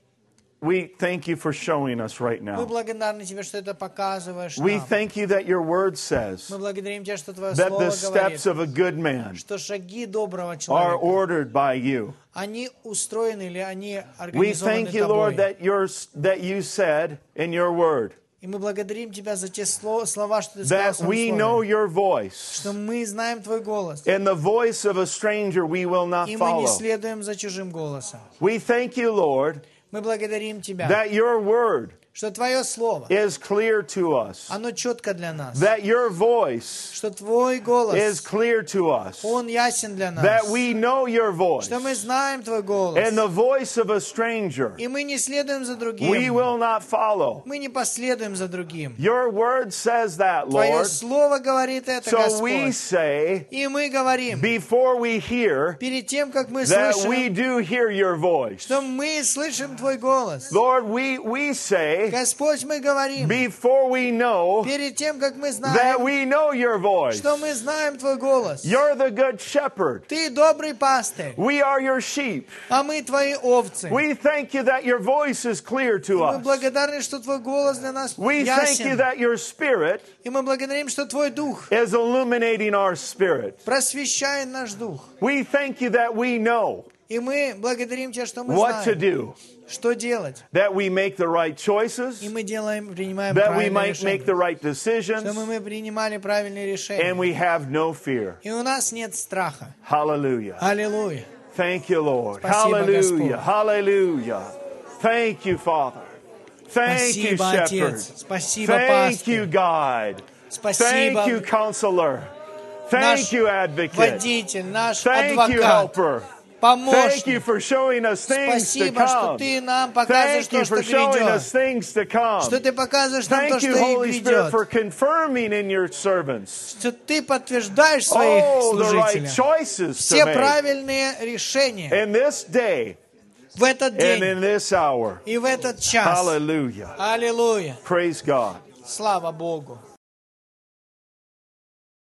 S1: We thank you for showing us right
S2: Мы
S1: now.
S2: благодарны Тебе, что это показываешь
S1: We
S2: нам.
S1: thank you that your word says
S2: Мы благодарим Тебя, что Твое
S1: that
S2: Слово
S1: the
S2: говорит,
S1: steps of a good man
S2: что шаги доброго
S1: are
S2: человека,
S1: ordered by you.
S2: они устроены или они
S1: We
S2: организованы
S1: thank you,
S2: Тобой.
S1: Lord, that, your, that you said in your word
S2: И мы благодарим Тебя за те сло- слова, что Ты сказал в
S1: that
S2: своем
S1: we
S2: слове,
S1: know your voice,
S2: что мы знаем Твой голос,
S1: and the voice of a stranger we will not
S2: и мы
S1: follow.
S2: не следуем за чужим голосом.
S1: We thank you, Lord,
S2: Мы благодарим Тебя,
S1: that your word
S2: что Твое Слово,
S1: is clear to us,
S2: оно четко для нас,
S1: that your voice
S2: что Твой голос,
S1: is clear to us,
S2: он ясен для нас,
S1: that we know your voice,
S2: что мы знаем Твой голос,
S1: and the voice of a stranger
S2: и мы не следуем за другим,
S1: we will not follow.
S2: мы не последуем за другим.
S1: Your word says that,
S2: Твое
S1: Lord.
S2: слово говорит это,
S1: So we
S2: Господь.
S1: say,
S2: И мы говорим,
S1: before we hear,
S2: перед тем, как мы
S1: that we
S2: слышим,
S1: do hear your voice.
S2: что мы слышим Твой голос.
S1: Lord, we, we say,
S2: Господь, мы говорим,
S1: before we know,
S2: перед тем, как мы
S1: that
S2: знаем,
S1: we know your voice.
S2: что мы знаем Твой голос.
S1: You're the good shepherd.
S2: Ты добрый пастырь,
S1: We are your sheep.
S2: а мы Твои овцы.
S1: We thank you that your voice is clear to
S2: Мы
S1: us.
S2: благодарны, что Твой голос для нас
S1: We thank you
S2: ясен.
S1: that your spirit
S2: И мы благодарим, что Твой Дух
S1: is illuminating our spirit.
S2: просвещает наш Дух.
S1: We thank you that we know
S2: И мы благодарим Тебя, что мы
S1: what to
S2: знаем,
S1: do,
S2: что делать.
S1: that we make the right
S2: И
S1: choices,
S2: мы делаем, принимаем
S1: that we
S2: правильные
S1: might make
S2: решения.
S1: the right decisions,
S2: Чтобы мы принимали правильные решения.
S1: and we have no fear.
S2: И у нас нет страха.
S1: Hallelujah.
S2: Аллилуйя.
S1: Thank you, Lord.
S2: Спасибо,
S1: Hallelujah.
S2: Господь.
S1: Hallelujah. Thank you, Father. Thank you,
S2: Спасибо,
S1: Shepherd.
S2: Отец. Спасибо,
S1: Thank you,
S2: пастор.
S1: God. Thank you,
S2: Спасибо,
S1: Counselor. Thank
S2: наш
S1: you, Advocate.
S2: водитель, наш
S1: Thank you,
S2: адвокат,
S1: Helper. Thank you
S2: помощник.
S1: for showing us things to
S2: Спасибо, что
S1: come.
S2: Ты нам показываешь
S1: Thank you
S2: то, что
S1: for
S2: Ты
S1: showing us
S2: ведешь.
S1: things to come.
S2: Что Ты показываешь нам то,
S1: Thank
S2: что
S1: you,
S2: Ты
S1: Holy Spirit, for
S2: ведет.
S1: confirming in your servants
S2: Что Ты подтверждаешь своих
S1: all Oh, the right
S2: служителей.
S1: choices to
S2: Все
S1: make
S2: правильные решения
S1: in this day
S2: в этот
S1: and in
S2: день
S1: this hour.
S2: и в этот час.
S1: Hallelujah.
S2: Аллилуйя.
S1: Praise God.
S2: Слава Богу.